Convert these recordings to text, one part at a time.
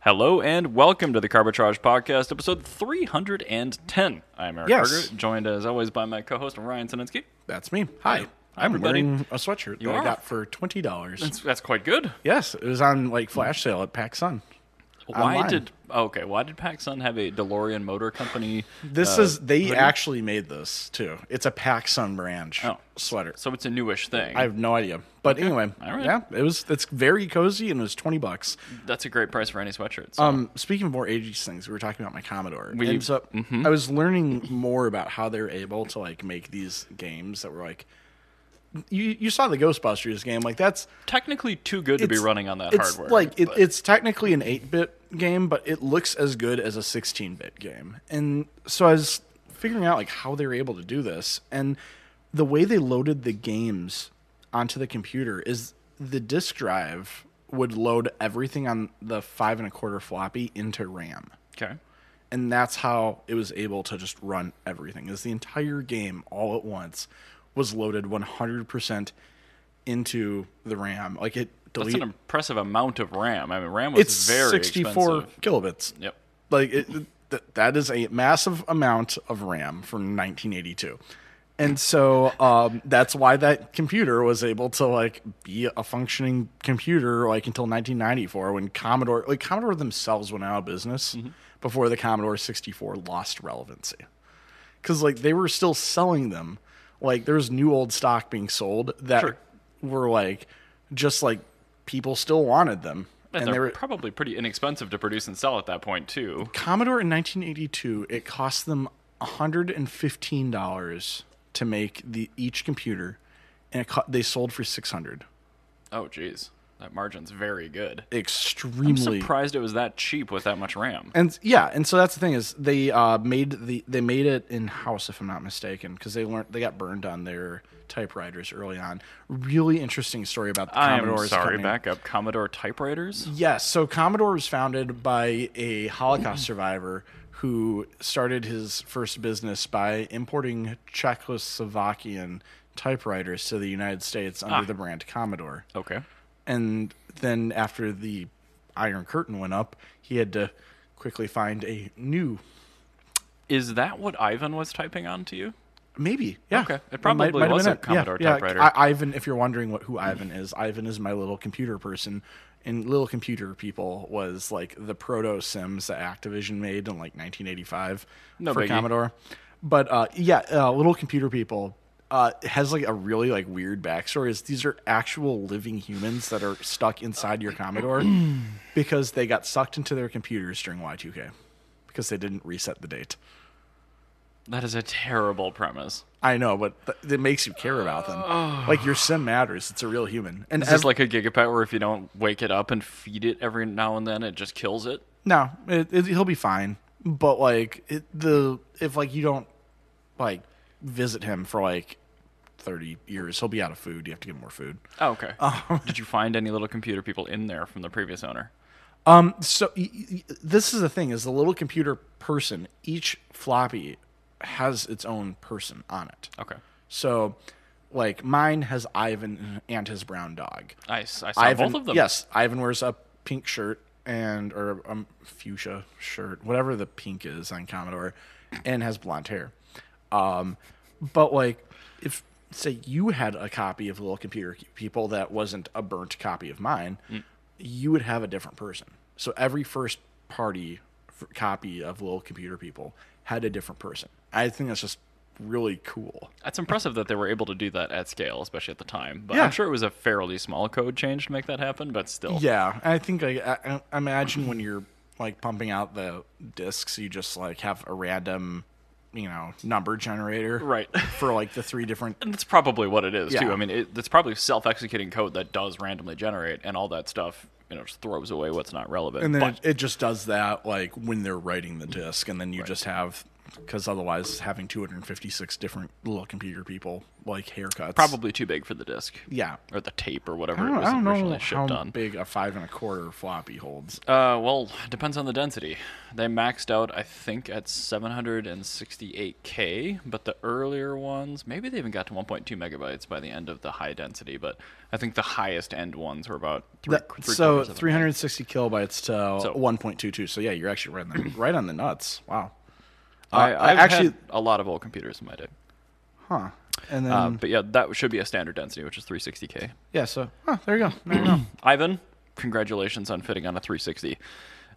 Hello and welcome to the Carbitrage Podcast, episode 310. I'm Eric Yes. Berger, joined as always by my co-host Ryan Sininsky. That's me. Hi. I'm everybody. wearing a sweatshirt You that are? I got for twenty dollars. That's, that's quite good. Yes, it was on like flash sale at PacSun. Why Online. did oh, okay? Why did PacSun have a DeLorean Motor Company? This uh, is they hoodie? actually made this too. It's a PacSun branch Oh. sweater. so it's a newish thing. I have no idea, but anyway, All right. yeah, it was. It's very cozy and it was twenty bucks. that's a great price for any sweatshirt. So. Um, speaking of more ages things, we were talking about my Commodore, We- and so I was learning more about how they're able to like make these games that were like. You, you saw the Ghostbusters game like that's Technically, too good to be running on that it's hardware. Like it, but- it's technically an eight bit game, but it looks as good as a sixteen bit game. And so I was figuring out like how they were able to do this, and the way they loaded the games onto the computer is the disk drive would load everything on the five and a quarter floppy into RAM. okay. And that's how it was able to just run everything. Is the entire game all at once was loaded 100% into the RAM. Like it That's deleted an impressive amount of RAM. I mean, RAM was it's very 64 expensive. kilobits. Yep. Like it, th- that is a massive amount of RAM from 1982. And so um, that's why that computer was able to like be a functioning computer like until 1994 when Commodore like Commodore themselves went out of business Mm-hmm. before the Commodore 64 lost relevancy. Cuz like they were still selling them. Like there was new old stock being sold that Sure. were like just like people still wanted them. And, they're probably pretty inexpensive to produce and sell at that point too. Commodore in 1982, it cost them $115 to make the each computer, and it co- they sold for 600. Oh, geez, that margin's very good. I'm Extremely. surprised it was that cheap with that much RAM. and yeah, and so that's the thing is they uh, made the they made it in house if I'm not mistaken because they learned they got burned on their typewriters early on. Really interesting story about the I'm Commodore's sorry, company. back up. Commodore typewriters? Yes. So Commodore was founded by a Holocaust survivor who started his first business by importing Czechoslovakian typewriters to the United States under the brand Commodore. Okay. And then after the Iron Curtain went up, he had to quickly find a new. Is that what Ivan was typing on to you? Maybe, yeah. Okay. It probably have was been a it. Commodore typewriter. I- Ivan, if you're wondering what who Ivan is, Ivan is my little computer person, and little computer people was like the proto Sims that Activision made in like 1985 No for biggie. Commodore. But uh, yeah, uh, little computer people uh, has like a really like weird backstory. Is these are actual living humans that are stuck inside your Commodore because they got sucked into their computers during Y2K because they didn't reset the date. That is a terrible premise. I know, but th- it makes you care about them. Like your sim matters; it's a real human. And Is ev- this like a Gigapet where if you don't wake it up and feed it every now and then, it just kills it? no, it, it, he'll be fine. But like it, the if like you don't like visit him for like thirty years, he'll be out of food. You have to give him more food. Oh, okay. Did you find any little computer people in there from the previous owner? Um, so y- y- y- this is the thing: is the little computer person? Each floppy has its own person on it. Okay. So, like mine has Ivan and his brown dog. I, s- I saw Ivan, both of them. Yes, Ivan wears a pink shirt and or a um, fuchsia shirt, whatever the pink is on Commodore, and has blonde hair. Um, but like, if say you had a copy of Little Computer People that wasn't a burnt copy of mine, Mm. you would have a different person. So every first party f- copy of Little Computer People had a different person. I think that's just really cool. That's impressive that they were able to do that at scale, especially at the time. But Yeah. I'm sure it was a fairly small code change to make that happen, but still. Yeah, I think like, I, I imagine when you're like pumping out the discs, you just like have a random, you know, number generator, Right. For like the three different. And that's probably what it is too. Yeah. I mean, it, it's probably self-executing code that does randomly generate, and all that stuff, you know, just throws away what's not relevant. And then but it, it just does that like when they're writing the disc, and then you just have because otherwise, having 256 different little computer people like haircuts Probably too big for the disc yeah. or the tape or whatever it I don't, was I don't originally know how shipped on. big a five and a quarter floppy holds. Uh, well, depends on the density. They maxed out, I think, at 768k, but the earlier ones, maybe they even got to 1.2 megabytes by the end of the high density. But I think the highest end ones were about three, That- three so quarters of a meg. 360 kilobytes to So- 1.22. So yeah, you're actually right on the, right on the nuts. Wow. Uh, I, I I've actually, actually a lot of old computers in my day. huh? And then Uh, but yeah, that should be a standard density, which is 360k. yeah, so huh, there you go. There you go. Ivan, congratulations on fitting on a 360.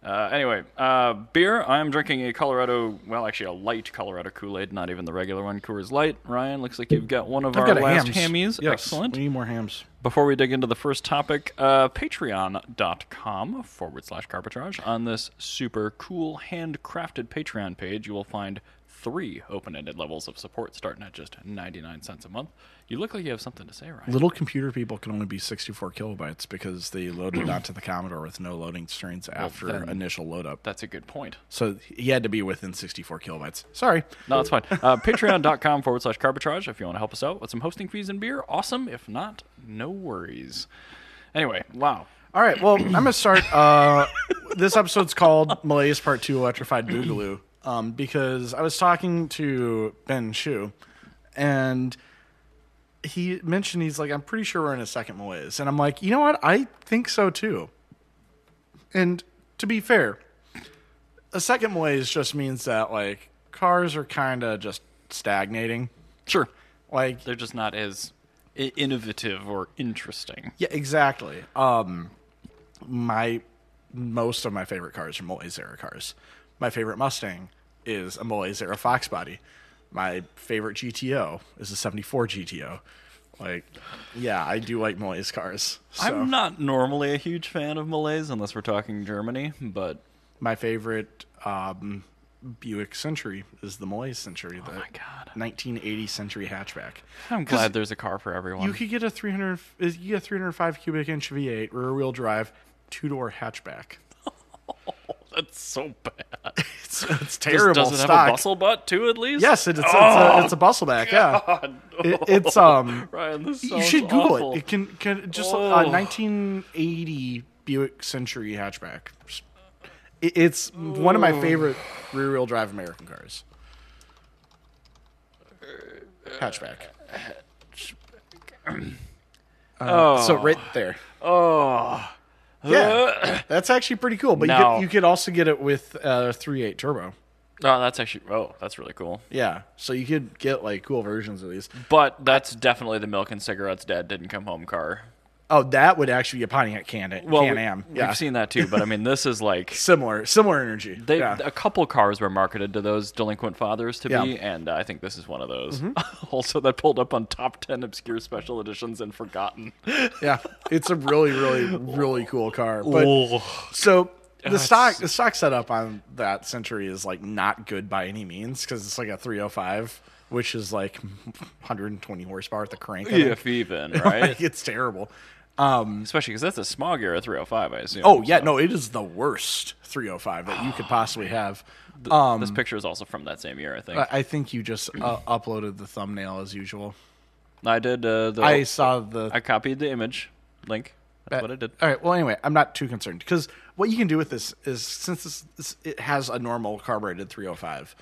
Uh, anyway, uh, beer. I'm drinking a Colorado, well, actually a light Colorado Kool-Aid, not even the regular one, Coors Light. Ryan, looks like you've got one of I've our got a last hams. hammies. Yes, Excellent. We need more hams. Before we dig into the first topic, uh, patreon.com forward slash carpetrage. On this super cool handcrafted Patreon page, you will find three open ended levels of support starting at just 99 cents a month. You look like you have something to say, Ryan. Little computer people can only be 64 kilobytes because they loaded onto the Commodore with no loading strings after then- initial load up. That's a good point. So he had to be within 64 kilobytes. Sorry. No, that's fine. Uh, Patreon.com forward slash carbitrage if you want to help us out with some hosting fees and beer. Awesome. If not, no worries. Anyway, wow. All right. Well, I'm gonna start. Uh, this episode's called "Malaise Part Two: Electrified Boogaloo," um, because I was talking to Ben Shu, and he mentioned he's like, "I'm pretty sure we're in a second malaise," and I'm like, "You know what? I think so too." And to be fair, a second malaise just means that like cars are kind of just stagnating, Sure. like They're just not as i- innovative or interesting. Yeah, exactly. Um, my most of my favorite cars are Moles era cars. My favorite Mustang is a Moles era Fox body. My favorite GTO is a '74 GTO. Like, yeah, I do like Moles cars. So I'm not normally a huge fan of Malays unless we're talking Germany, but my favorite um, Buick Century is the Moles Century, the Oh my God. 1980 Century hatchback. I'm glad there's a car for everyone. You could get a 300, is- you get a 305 cubic inch V8 rear wheel drive two door hatchback. That's so bad. It's, it's Does, terrible. does it stock. have a bustle butt too, at least? Yes, it, it's, Oh, it's a it's a bustle back. Yeah, It- it's um. Ryan, this you sounds should Google awful. it. It can can just Oh. uh, 1980 Buick Century hatchback. It, it's one of my favorite rear wheel drive American cars. Hatchback. oh. Um, So right there. oh. Yeah, that's actually pretty cool. But you, No. could, you could also get it with uh, 3.8 turbo. Oh, that's actually oh, that's really cool. Yeah, so you could get like cool versions of these. But that's definitely the milk and cigarettes dad didn't come home car. Oh, that would actually be a Pontiac Can-Am. Well, Can-Am. we, yeah. have seen that too. But I mean, this is like similar similar energy. they yeah. a couple cars were marketed to those delinquent fathers to Yeah. Mm-hmm. be, and uh, I think this is one of those. also, that pulled up on top ten obscure special editions and forgotten. yeah, it's a really really really cool car. But Ugh. so the stock the stock setup on that Century is like not good by any means because it's like a 305, which is like 120 horsepower at the crank. I think. if even right, Like, it's terrible. Um, especially because that's a smog era 305. I assume. Oh yeah, no, it is the worst 305 that you could Oh, possibly have. Um, this picture is also from that same year. I think I I think you just uh, uploaded the thumbnail as usual. I did. Uh, the, Oh. I I saw the uh, copied the image link. That's what I did. All right. Well, anyway, I'm not too concerned because what you can do with this is since this, this it has a normal carbureted 305,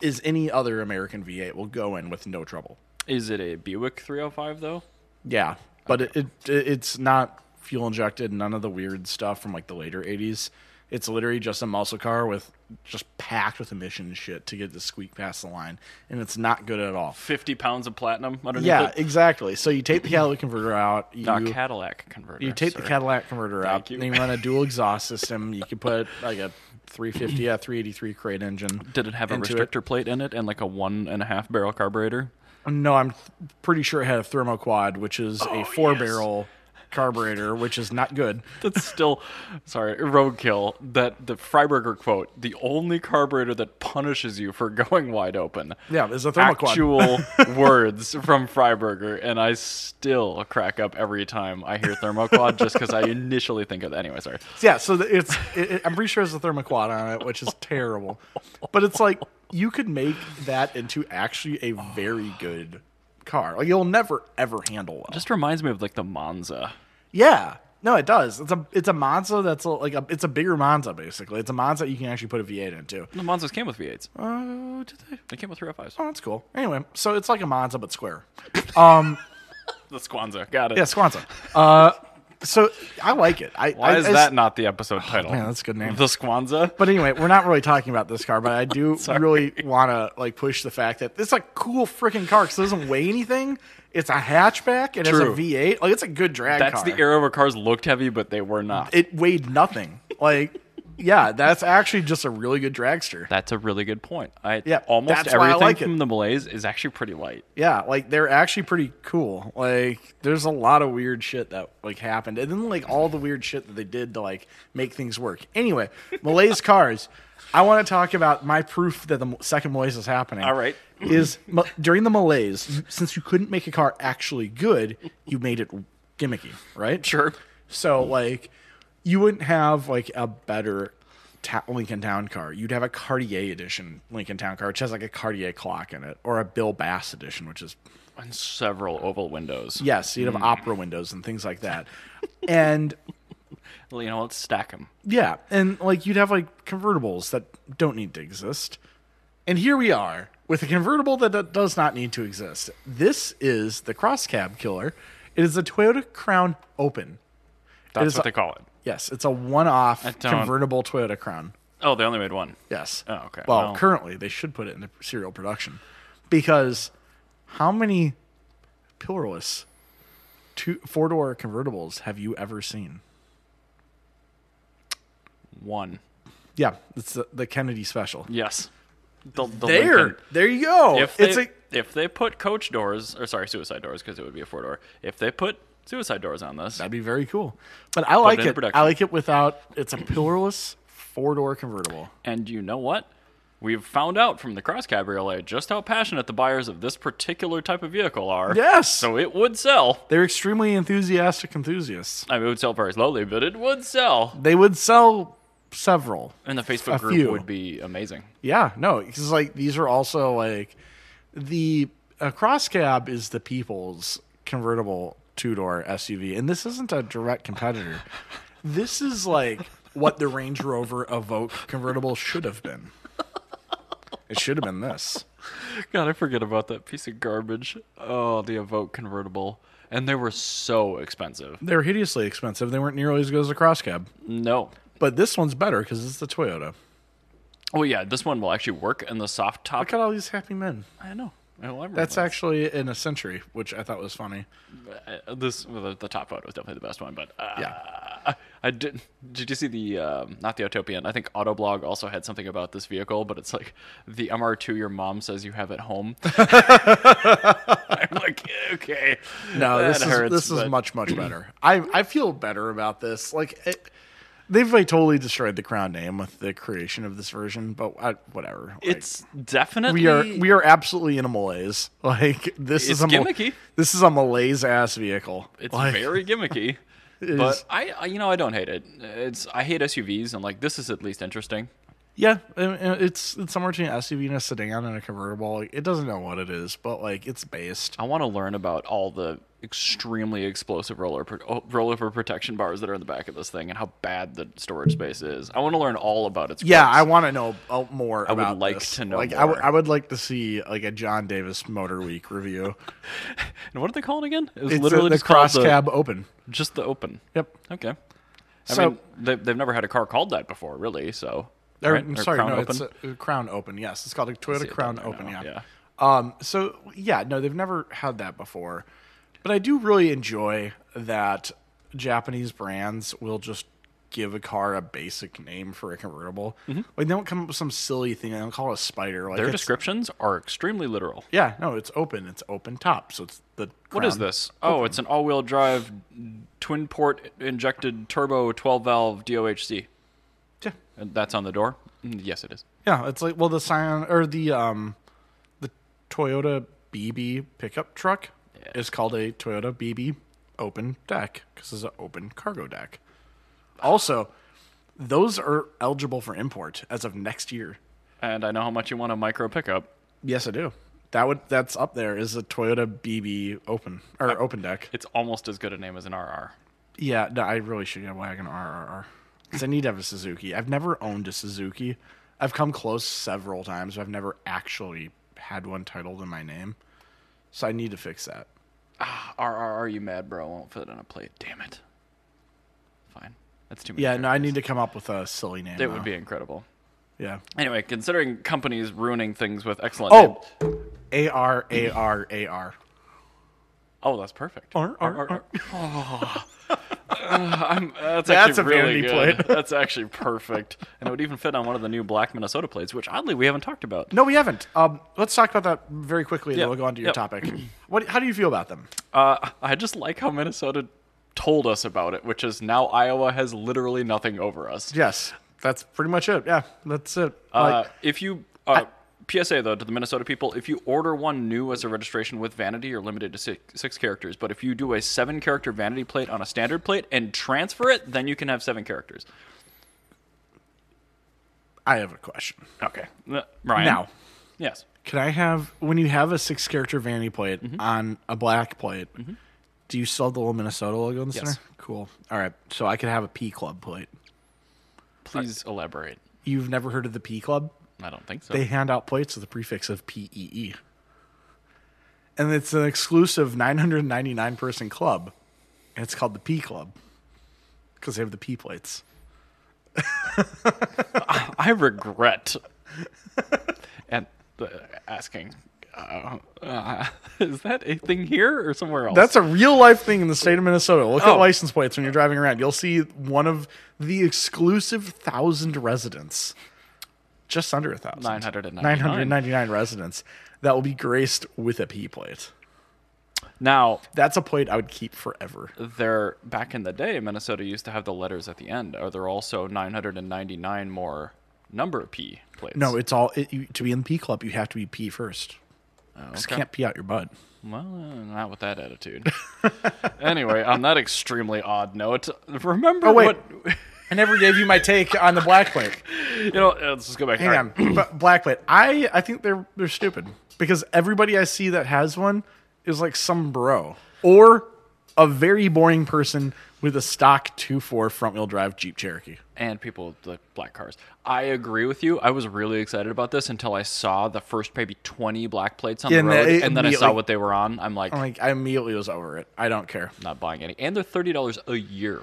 is any other American V8 will go in with no trouble. Is it a Buick 305 though? Yeah, but it, it it's not fuel injected. None of the weird stuff from like the later 80s. It's literally just a muscle car with just packed with emission shit to get to squeak past the line, and it's not good at all. 50 pounds of platinum underneath Yeah, it? exactly. So you take the catalytic converter out. You, No, Cadillac converter. You take sir. the Cadillac converter out, you. and you run a dual exhaust system. You could put like a 350, a 383 crate engine. Did it have a into restrictor plate in it and like a one and a half barrel carburetor? No, I'm pretty sure it had a thermoquad, which is Oh, a four barrel carburetor, which is not good. That's still, sorry, roadkill. That the Freiberger quote: the only carburetor that punishes you for going wide open. Yeah, it's a thermoquad. Actual words from Freiberger, and I still crack up every time I hear thermoquad, just because I initially think of that. Anyway, sorry. Yeah, so the- it's it, it- I'm pretty sure it's a thermoquad on it, which is terrible. But it's like you could make that into actually a very good car. Like you'll never ever handle one. Just reminds me of like the Monza. yeah. No, it does. It's a it's a Monza that's a, like a it's a bigger Monza basically. It's a Monza you can actually put a V8 into. The Monzas came with V8s. Oh, did they? They came with 305s. Oh, that's cool. Anyway, so it's like a Monza but square. The Squanza. Got it. Yeah, Squanza. Uh, so I like it. I, Why I, is I s- that not the episode title? Man, that's a good name. The Squanza? But anyway, we're not really talking about this car, but I do really want to like push the fact that it's a cool freaking car because it doesn't weigh anything. It's a hatchback. It has a True. V8. Like it's a good drag That's car. the era where cars looked heavy, but they were not. It weighed nothing. Like, yeah, that's actually just a really good dragster. That's a really good point. I Yeah, almost that's why I everything like it. from the Malaise is actually pretty light. yeah like they're actually pretty cool like there's a lot of weird shit that like happened and then like all the weird shit that they did to like make things work anyway malay's cars i want to talk about my proof that the m- second malaise is happening All right. is ma- during the malaise since you couldn't make a car actually good you made it gimmicky right Sure. so like, you wouldn't have like a better ta- Lincoln Town car. You'd have a Cartier edition Lincoln Town car, which has like a Cartier clock in it, or a Bill Bass edition, which is And several oval windows. yes, you'd have opera windows and things like that. and Well, You know, let's stack them. yeah, and like you'd have like convertibles that don't need to exist. And here we are with a convertible that d- does not need to exist. This is the cross cab killer. It is a Toyota Crown Open. That's is what a- they call it. Yes, it's a one-off don't- convertible Toyota Crown. Oh, they only made one. Yes. Oh, okay. Well, Well- currently they should put it into serial production because how many pillarless two four door convertibles have you ever seen? One. Yeah, it's the, the Kennedy special. Yes. The, the There, Lincoln. there you go. If they, it's a if they put coach doors, or sorry, suicide doors, because it would be a four door. If they put suicide doors on this, that'd be very cool. But I like it into it. I production. like it without. It's a pillarless four door convertible. And you know what? We've found out from the Cross Cabriolet just how passionate the buyers of this particular type of vehicle are. Yes. So it would sell. They're extremely enthusiastic enthusiasts. I mean, it would sell very slowly, but it would sell. They would sell several. And the Facebook A group few. would be amazing. Yeah, no, because like these are also like the a cross cab is the people's convertible two door SUV, and this isn't a direct competitor. this is like what the Range Rover Evoque convertible should have been. It should have been this. God, I forget about that piece of garbage. Oh, the Evoque convertible. And they were so expensive. They were hideously expensive. They weren't nearly as good as the cross cab, No. but this one's better because it's the Toyota. Oh, yeah, this one will actually work in the soft top. Look at all these happy men. I know. I love That's actually in a century, which I thought was funny. uh, this well, the, the top photo is definitely the best one, but uh, Yeah. I, I did. Did you see the um, not the Autopian? I think Autoblog also had something about this vehicle, but it's like the MR2 your mom says you have at home. I'm like, okay, No, that this hurts, is this is but- much much better. I I feel better about this. Like it, they've like totally destroyed the crown name with the creation of this version, but I, whatever. Like, It's definitely we are we are absolutely in a malaise. Like this It's is a mal- gimmicky. This is a malaise ass vehicle. It's Like, very gimmicky, it but is- I, I you know I don't hate it. It's I hate SUVs, and like this is at least interesting. yeah. I mean, It's it's somewhere between an SUV and a sedan and a convertible. Like, it doesn't know what it is, but like it's based. I want to learn about all the extremely explosive roller pro- oh, rollover protection bars that are in the back of this thing and how bad the storage space is. I want to learn all about its. Yeah, I quirks. want to know uh, more. I would about like this. to know Like I would- more. I would like to see like a John Davis Motor Week review. and what do they call it again? It was It's literally the just called cross the, cab open. just the open. Yep. Okay. I So- mean, they, they've never had a car called that before, really. So, Or, right? I'm Or sorry, Crown no, Open? it's a, a Crown Open. Yes, it's called a see Toyota it Crown down there Open. now, Yeah. yeah. Um. So yeah, no, they've never had that before, but I do really enjoy that Japanese brands will just give a car a basic name for a convertible. Mm-hmm. Like they don't come up with some silly thing. They don't call it a spider. Like Their it's- descriptions are extremely literal. yeah, no, it's open. It's open top. So it's the What is Crown. this? Oh, it's an all-wheel drive, twin port injected turbo, twelve-valve DOHC, Yeah. and that's on the door. Mm, Yes, it is. Yeah, it's like well the Scion or the um the Toyota BB pickup truck Yeah. is called a Toyota BB open deck because it's an open cargo deck. Also, those are eligible for import as of next year. and I know how much you want a micro pickup. Yes, I do. That would that's up there is a Toyota BB Open or Open Deck. It's almost as good a name as an RR. Yeah, no, I really should get a wagon RRR because I need to have a Suzuki. I've never owned a Suzuki. I've come close several times, but I've never actually had one titled in my name. So I need to fix that. RRR, you mad, bro? Won't fit on a plate. Damn it. Fine. That's too many. Yeah, no, I characters. need to come up with a silly name. It though. would be incredible. yeah. Anyway, considering companies ruining things with excellent names- Oh, A R A R A R. Oh, that's perfect. R, R, R. Oh. Uh, I'm- that's That's actually a really vanity good. plate. That's actually perfect, and it would even fit on one of the new black Minnesota plates, which oddly we haven't talked about. No, we haven't. Um, let's talk about that very quickly, and Yeah. then we'll go on to your Yeah. topic. What? How do you feel about them? Uh, I just like how Minnesota told us about it, which is now Iowa has literally nothing over us. Yes, that's pretty much it. Yeah, that's it. Uh, Like, if you uh, PSA though to the Minnesota people, if you order one new as a registration with vanity, you're limited to six, six characters. But if you do a seven character vanity plate on a standard plate and transfer it, then you can have seven characters. I have a question. Okay, Uh, Ryan. Now, yes, can I have when you have a six character vanity plate on a black plate? Do you still have the little Minnesota logo in the Yes. center? Cool. All right, so I could have a P Club plate. please elaborate. You've never heard of the P Club? I don't think so. They hand out plates with the prefix of PEE, and it's an exclusive 999 person club, and it's called the P Club because they have the P plates. I regret and uh, asking. Uh, uh, is that a thing here or somewhere else? That's a real life thing in the state of Minnesota. Look Oh. at license plates when you're driving around. You'll see one of the exclusive thousand residents, just under a thousand, 999. 999 residents that will be graced with a P plate. now. That's a plate I would keep forever. There, back in the day, Minnesota used to have the letters at the end. Are there also 999 more number P plates? No, it's all it, you, to be in the P club. You have to be P first. Just okay. can't pee out your butt. Well, uh, not with that attitude. anyway, on that extremely odd note, remember Oh, wait. what I never gave you my take on the black plate. you know. uh, Let's just go back. Hang on, but black plate. I I think they're they're stupid because everybody I see that has one is like some bro or a very boring person with a stock two four front wheel drive Jeep Cherokee. and people with like black cars. I agree with you. I was really excited about this until I saw the first maybe 20 black plates on Yeah, the and road, it- and then I saw immediately- Oh. what they were on. I'm like, Like I immediately was over it. I don't care. not buying any. And they're thirty dollars a year,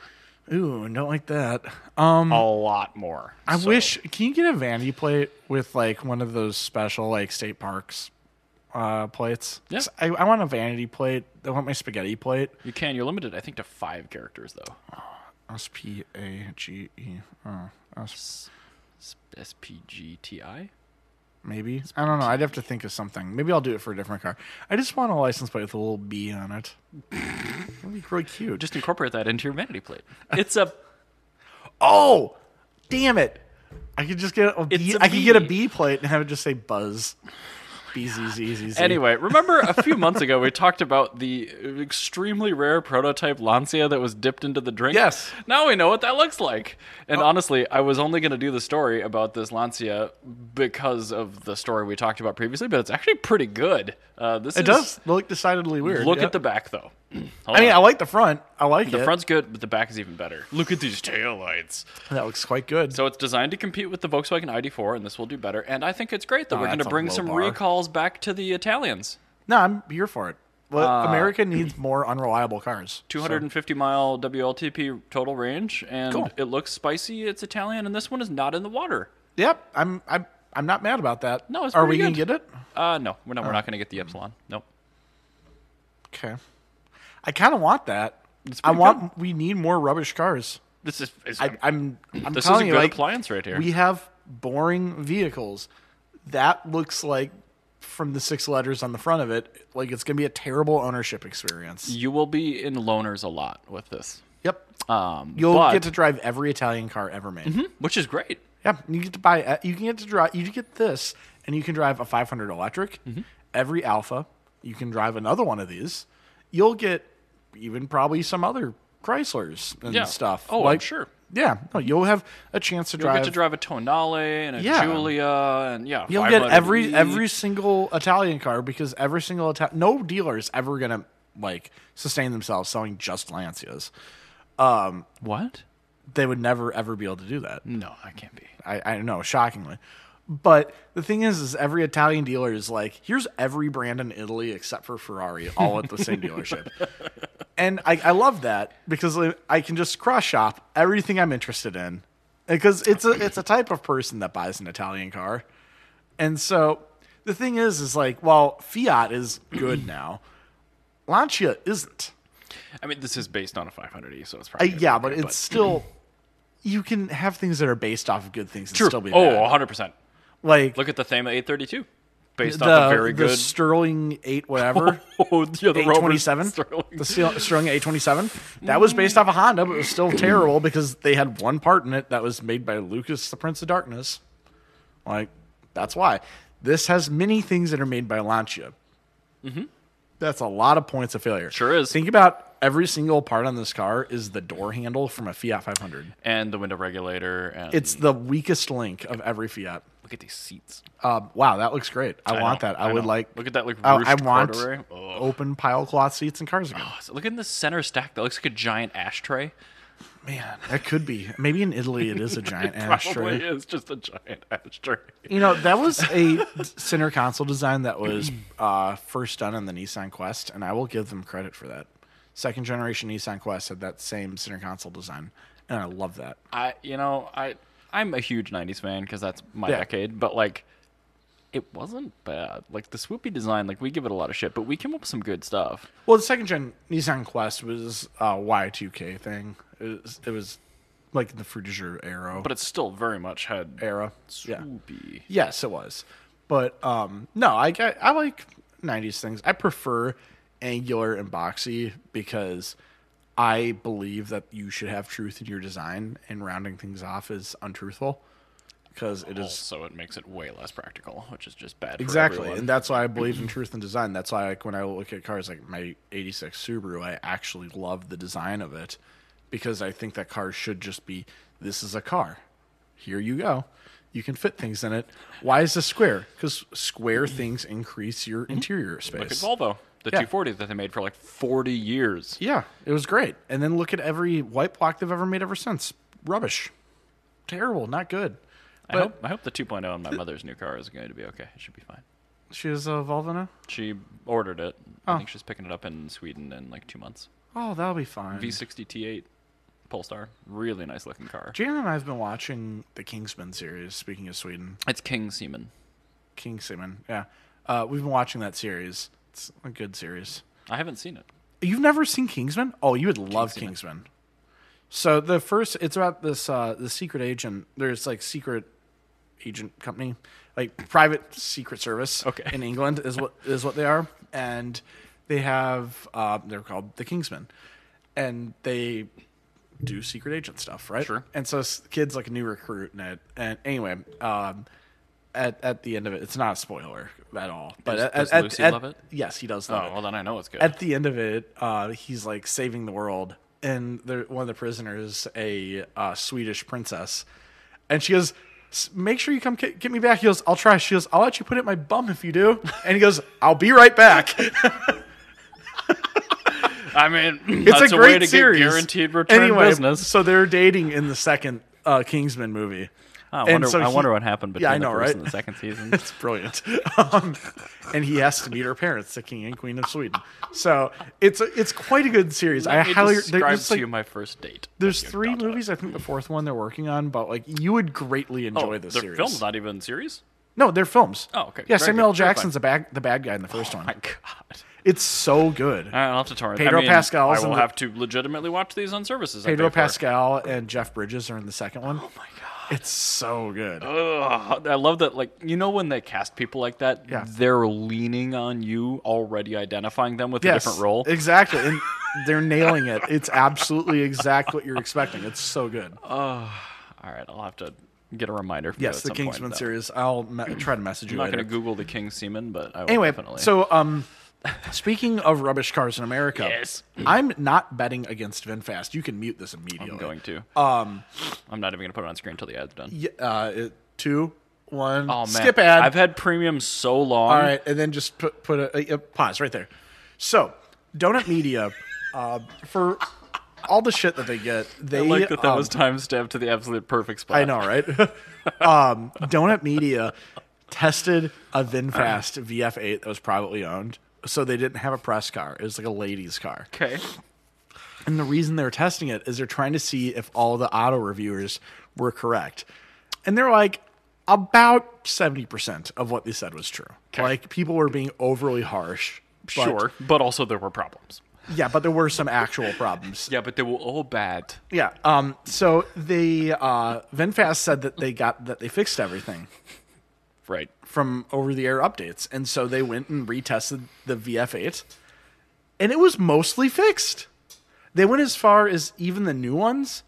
Ooh, I don't like that. Um, a lot more. I So, wish. Can you get a vanity plate with like one of those special like state parks uh plates? Yeah. I, I want a vanity plate. I want my spaghetti plate. you can. You're limited, I think, to five characters though. S P A G E. Oh, S S P G T I. Maybe. I don't know. I'd have to think of something. Maybe I'll do it for a different car. I just want a license plate with a little B on it. That'd be really cute. Just Just incorporate that into your vanity plate. It's a oh, damn it! I could just get a B. It's a I could get a B. B plate and have it just say Buzz. B Z Z Z Z. Anyway, remember a few months ago we talked about the extremely rare prototype Lancia that was dipped into the drink? Yes. Oh. Now we know what that looks like. And honestly, I was only going to do the story about this Lancia because of the story we talked about previously, but it's actually pretty good. Uh, this it does look decidedly weird. Look yeah. at the back, though. I mean, I like the front. I like the it. front's good, but the back is even better. Look at these taillights. That looks quite good. So it's designed to compete with the Volkswagen ID4, and this will do better. And I think it's great that we're going to Oh, that's a bring low some bar. recalls back to the Italians. no, I'm here for it. Well, Uh, America needs more unreliable cars. 250 mile WLTP total range, and Cool. it looks spicy. It's Italian, and this one is not in the water. Yep. I'm. I'm. I'm not mad about that. No, it's are we pretty gonna good. get it? Uh, no, we're not. We're not going to get the epsilon. Nope. Okay. I kind of want that. I pretty want. We need more rubbish cars. This is. is I, I'm. I'm this is a telling good you, like, appliance right here. we have boring vehicles. That looks like from the six letters on the front of it, like it's gonna be a terrible ownership experience. you will be in loners a lot with this, Yep. um, You'll but- get to drive every Italian car ever made. which is great. Yeah, you get to buy. uh, You can get to drive. You get this, and you can drive a 500 electric. Mm-hmm. Every Alpha, you can drive another one of these. You'll get even probably some other Chryslers and Yeah. stuff. Oh, I'm like, sure. Yeah, no, you'll have a chance to You'll drive. get to drive a Tonale and a Yeah. Giulia and yeah. You'll five get letter every E. every single Italian car because every single Ita- no dealer is ever gonna like sustain themselves selling just Lancias. Um, what? They would never ever be able to do that. No, I can't be. I, I know, shockingly. But the thing is, is every Italian dealer is like, here's every brand in Italy except for Ferrari, all at the same dealership. And I, I love that because I- I can just cross shop everything I'm interested in, because it's a it's a type of person that buys an Italian car, and so the thing is, is like, well, Fiat is good now, Lancia isn't. I mean, this is based on a 500e, so it's Uh, probably yeah, but it's still. You can have things that are based off of good things and true. still be oh, bad. 100. percent Like Look at the Thema 832, based the, off a very the good Sterling eight whatever Oh, yeah, the eight Rover twenty seven. Sterling. The Stel- Sterling eight twenty seven. That was based off a Honda, but it was still terrible because they had one part in it that was made by Lucas, the Prince of Darkness. Like that's why this has many things that are made by Lancia. Mm-hmm. That's a lot of points of failure. Sure is. Think about every single part on this car is the door handle from a Fiat five hundred. and the window regulator. And It's the weakest link of every Fiat. look at these seats. Um, wow, that looks great. I, I want know, that. I, would know. like. Look at that, like I, I ruched want corduroy. Ugh. Oh, open pile cloth seats and cars again. So look in the center stack. That looks like a giant ashtray. Man, that could be. Maybe in Italy it is a giant Probably ashtray. is just a giant ashtray. You know, that was a center console design that was uh, first done in the Nissan Quest, and I will give them credit for that. Second generation Nissan Quest had that same center console design, and I love that. I, you know, I, I'm a huge '90s fan because that's my Yeah. decade. But like, it wasn't bad. Like the swoopy design, like we give it a lot of shit, but we came up with some good stuff. Well, the second gen Nissan Quest was a Y2K thing. It was, it was like the Fruit du Jour era. But it still very much had era. Yeah. swoopy. Yes, it was. But um no, I I, I like '90s things. I prefer angular and boxy because I believe that you should have truth in your design, and rounding things off is untruthful because it is So it makes it way less practical, which is just bad. For Exactly, everyone. and that's why I believe in truth and design. That's why, like, when I look at cars like my '86 Subaru, I actually love the design of it because I think that cars should just be this is a car. Here you go. You can fit things in it. Why is this square? Because square things increase your interior Mm-hmm. Look at space. Volvo, the Yeah. 240 that they made for like 40 years. Yeah, it was great. And then look at every white block they've ever made ever since. Rubbish. Terrible. Not good. I But hope I hope the 2.0 in my mother's new car is going to be okay. It should be fine. she has a Volvo now. She ordered it. I Oh. think she's picking it up in Sweden in like two months. Oh, that'll be fine. V60 T8 Polestar, really nice looking car. Jan and I have been watching the Kingsman series. Speaking of Sweden. It's King Seaman. King Seaman. Yeah. Uh, we've been watching that series. It's a good series. I haven't seen it. You've never seen Kingsman? Oh, you would love Kingsman. Kingsman. So the first it's about this uh the secret agent. There's like secret agent company, like private secret service Okay. in England is what is what they are. And they have uh they're called the Kingsmen. And they do secret agent stuff, right? Sure. And so s- kids like a new recruit and it and anyway, um at, at the end of it, it's not a spoiler at all. But Does- at, does at- Lucy at- love it? Yes, he does love Oh it well, then I know it's good. at the end of it, uh, he's like saving the world, and there, one of the prisoners, a uh, Swedish princess, and she goes, "S- "Make sure you come ki- get me back." He goes, "I'll try." She goes, "I'll let you put it in my bum if you do," and he goes, "I'll be right back." I mean, It's that's a great way to series. get guaranteed return Anyway, business. So they're dating in the second uh, Kingsman movie. Ah, I And wonder, so I he- wonder what happened between Yeah, I the know, first right? and the second season. It's brilliant. Um, and he has to meet her parents, the king and queen of Sweden. So it's a, it's quite a good series. I Let me highly describe there's, to like, you my first date. There's You're three not- movies. I think the fourth one they're working on, but like you would greatly enjoy Oh, this they're series. filmed, not even series. No, they're films. Oh, okay. Yeah, Very Samuel L. good. Very Oh Jackson's the bad the bad guy in the first one. My God. It's so good. All right, I'll have to torrent. Pedro I mean, Pascal's I in will the- have to legitimately watch these on services. I Pedro pay for. Pascal and Jeff Bridges are in the second one. Oh my god, it's so good. Oh, Ugh, I love that. Like you know, when they cast people like that, Yeah. they're leaning on you already identifying them with Yes, a different role. exactly, and they're nailing it. It's absolutely exact what you're expecting. It's so good. All right, I'll have to get a reminder. From yes, you the Oh, at some point, Kingsman though. series. I'll me- try to message you I'm not later. going to Google the King Seaman, but I will anyway, definitely. so um, Speaking of rubbish cars in America, Yes. I'm not betting against VinFast. You can mute this immediately. I'm going to. Um, I'm not even going to put it on screen until the ad's done. Yeah, uh, it, two, one, Oh man, skip ad. I've had premium so long. All right, and then just put put a, a, a pause right there. So, Donut Media, uh, for all the shit that they get, they I like that that um, was timestamped to the absolute perfect spot. I know, right? um, Donut Media tested a VinFast VF8 that was privately owned, so they didn't have a press car. It was like a ladies' car. Okay. And the reason they were testing it is they're trying to see if all the auto reviewers were correct. And they're like, about 70% of what they said was true. Like, people were being overly harsh. but- sure, but also there were problems. Yeah, but there were some actual problems. Yeah, but they were all bad. Yeah. Um, so they, uh, VinFast said that they got, that they fixed everything Right. from over the air updates. And so they went and retested the VF8 and it was mostly fixed. They went as far as even the new ones,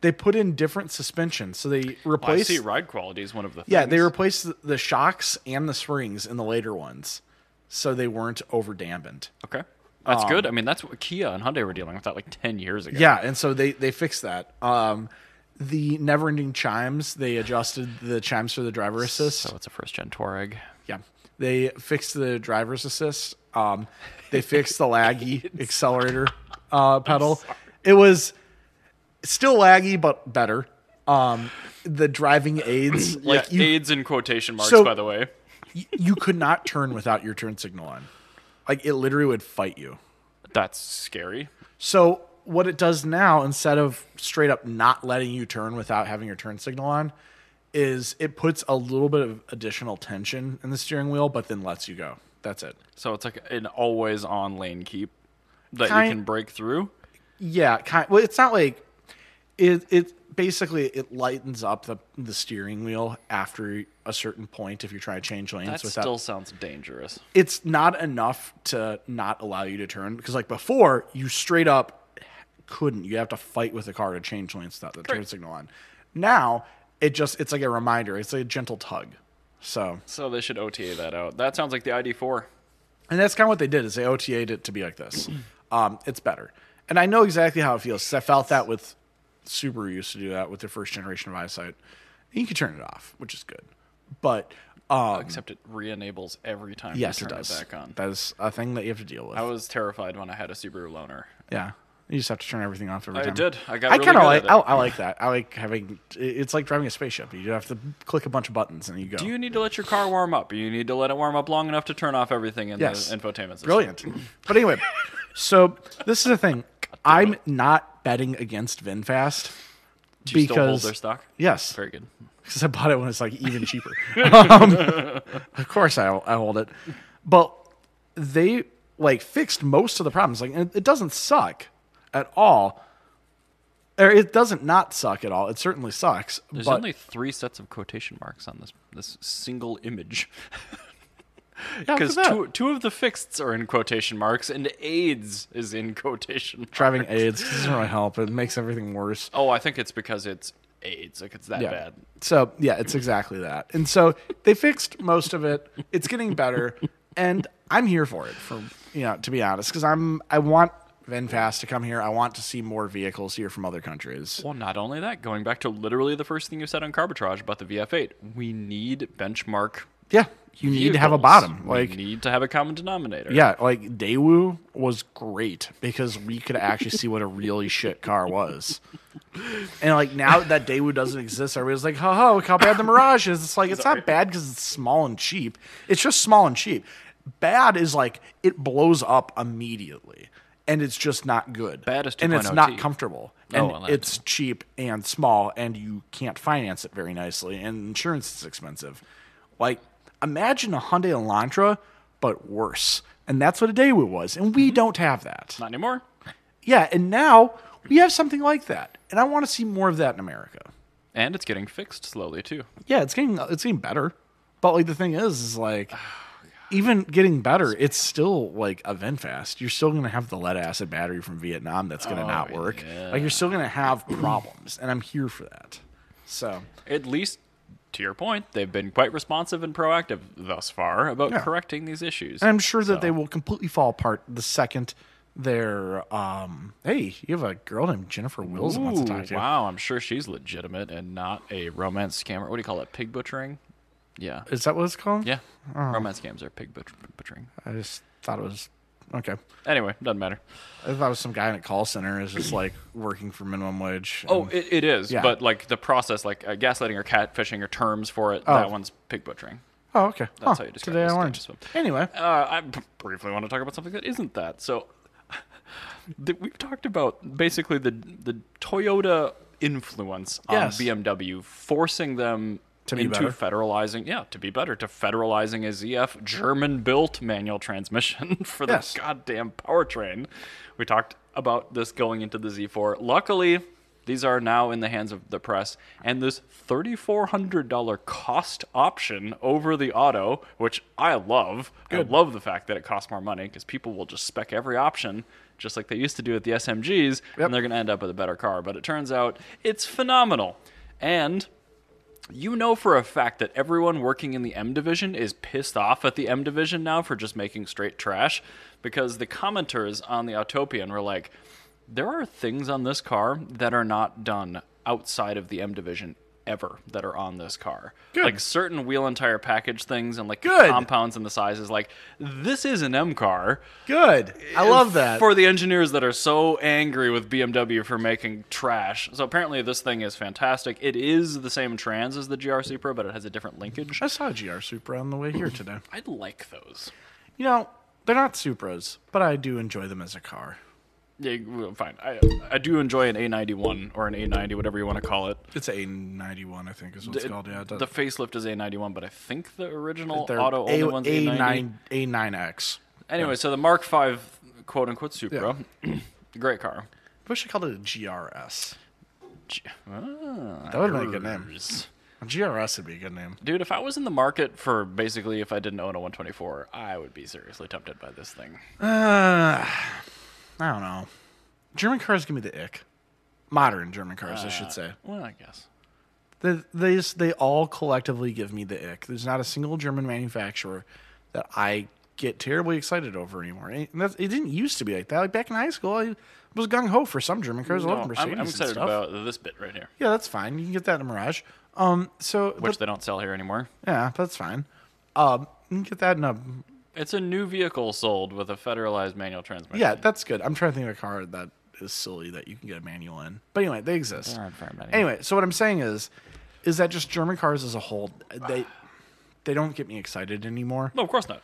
they put in different suspension. So they Mm-hmm. Oh, I replaced see ride quality is one of the things. Yeah, they replaced th- the shocks and the springs in the later ones. So they weren't over dampened. Okay. That's um, good. I mean, that's what Kia and Hyundai were dealing with that like 10 years ago. Yeah, and so they they fixed that. Um the never ending chimes, they adjusted the chimes for the driver assist. So it's a first gen Touareg. Yeah. They fixed the driver's assist. Um, they fixed the laggy accelerator uh, pedal. It was still laggy, but better. Um, the driving aids, Like like you, aids in quotation marks, So- by the way. you could not turn without your turn signal on. Like it literally would fight you. That's scary. So what it does now, instead of straight up not letting you turn without having your turn signal on, is it puts a little bit of additional tension in the steering wheel, but then lets you go. That's it. So it's like an always on lane keep that Kind- you can break through. Yeah, kind. Well, it's not like it. It basically it lightens up the the steering wheel after a certain point if you're trying to change lanes. That without still sounds dangerous. it's not enough to not allow you to turn because like before you straight up couldn't. You have to fight with the car to change lanes without the turn signal on. Now it just it's like a reminder. It's like a gentle tug. So So they should OTA that out. That sounds like the ID4. and that's kind of what they did is they OTA'd it to be like this. Um, it's better, and I know exactly how it feels 'cause I felt that with Subaru used to do that with their first generation of eyesight. And you can turn it off, which is good, but um, Except it re-enables every time yes, you it turn does. it back on. That is a thing that you have to deal with. I was terrified when I had a Subaru loaner. yeah, you just have to turn everything off every I time. did. I got I really kind good of at like. it. I, I like that. I like having. It's like driving a spaceship. You have to click a bunch of buttons and you go. Do you need to let your car warm up? You need to let it warm up long enough to turn off everything in Yes. the infotainment system. Brilliant. But anyway, so this is the thing. I'm not betting against VinFast Do you because still hold their stock? yes, Very good. because I bought it when it's like even cheaper. um, of course, I, I hold it, but they like fixed most of the problems. Like it, it doesn't suck at all, or it doesn't not suck at all. It certainly sucks, There's but only three sets of quotation marks on this this single image Yeah, look because at that. two two of the fixeds are in quotation marks and AIDS is in quotation. marks. driving aids doesn't really help. It makes everything worse. Oh, I think it's because it's AIDS. Like it's that Yeah. bad. So yeah, it's exactly that. And so they fixed most of it. It's getting better, and I'm here for it. For you know, to be honest, because I'm I want VinFast to come here. I want to see more vehicles here from other countries. Well, not only that, going back to literally the first thing you said on Carbitrage about the VF8, we need benchmark. Yeah, you need to have a vehicles. bottom. We Like need to have a common denominator. yeah, like Daewoo was great because we could actually see what a really shit car was. And like now that Daewoo doesn't exist, everybody's like, "Ho ho, look how bad the Mirage is." It's like it's not bad because it's small and cheap. It's just small and cheap. Bad is like it blows up immediately, and it's just not good. Bad is and it's 2.0 not T. comfortable, Oh, and well, that it's cheap and small, and you can't finance it very nicely, and insurance is expensive. Like imagine a Hyundai Elantra, but worse. And that's what a Daewoo was, and Mm-hmm. we don't have that. Not anymore. Yeah, and now we have something like that, and I want to see more of that in America. And it's getting fixed slowly too. Yeah, it's getting it's getting better, but like the thing is, is like even getting better, it's still like a VinFast. You're still gonna have the lead acid battery from Vietnam that's Oh, gonna not work. Like you're still gonna have problems, and I'm here for that. So At least to your point, they've been quite responsive and proactive thus far about Yeah. correcting these issues. And I'm sure that So- they will completely fall apart the second they're um hey, you have a girl named Jennifer Wills who wants to talk Ooh, to you. wow, I'm sure she's legitimate and not a romance scammer. What do you call it? Pig butchering? Yeah. Is that what it's called? Yeah. Oh. Romance scams are pig butch- butchering. I just thought it was okay. Anyway, doesn't matter. I thought it was some guy in a call center is just like working for minimum wage. Oh, and- it, it is. Yeah. But like the process, like uh, gaslighting or catfishing or terms for it, that one's pig butchering. oh okay. that's Huh. how you describe Today this I game, learned. so- Anyway, Uh, I b- briefly want to talk about something that isn't that. So th- we've talked about basically the the Toyota influence on Yes. BMW, forcing them To be into better. federalizing, yeah, to be better, to federalizing a ZF German-built manual transmission for the Yes. goddamn powertrain. We talked about this going into the Z4. Luckily. These are now in the hands of the press, and this $3,400 cost option over the auto, which I love. I love the fact that it costs more money because people will just spec every option, just like they used to do with the SMGs, Yep. and they're going to end up with a better car. But it turns out it's phenomenal. And you know for a fact that everyone working in the M division is pissed off at the M division now for just making straight trash because the commenters on the Autopian were like, there are things on this car that are not done outside of the M division ever that are on this car. Good. Like certain wheel and tire package things and like Good. compounds and the sizes. Like, this is an M car. good. I love that. Uh, For the engineers that are so angry with BMW for making trash. So apparently this thing is fantastic. It is the same trans as the GR Supra, but it has a different linkage. I saw a GR Supra on the way here today. I like those. You know, they're not Supras, but I do enjoy them as a car. Yeah, well, fine. I, I do enjoy an A91 or an A90, whatever you want to call it. It's a ninety one, I think, is what it's It- called. Yeah, it does. the facelift is A91, but I think the original they're auto only a, one's a A90. nine a nine X. Anyway, so the Mark V quote unquote Supra, great car. wish I called it a GRS. Gee, ah, That would make a good name. grrrs. A GRS would be a good name. Dude, if I was in the market for basically if I didn't own a 124, I would be seriously tempted by this thing. Uh, I don't know. German cars give me the ick. Modern German cars, I Uh, should say. Well, I guess. They, they, just, they all collectively give me the ick. There's not a single German manufacturer that I get terribly excited over anymore. And that's, it didn't used to be like that. Like back in high school, I was gung ho for some German cars. I No, love Mercedes I'm, I'm and excited stuff. about this bit right here, yeah, that's fine. You can get that in Mirage. Um, so which they don't sell here anymore. but- yeah, that's fine. Um, you can get that in a It's a new vehicle sold with a federalized manual transmission. yeah, that's good. I'm trying to think of a car that is silly that you can get a manual in. But anyway, they exist. There aren't very many. Anyway, so what I'm saying is, is that just German cars as a whole, they they don't get me excited anymore. No, of course not.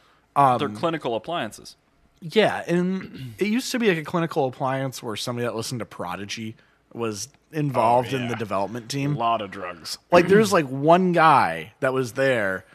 They're Um, clinical appliances. Yeah, and it used to be like a clinical appliance where somebody that listened to Prodigy was involved in yeah. the development A team. lot of drugs. Like there's like one guy that was there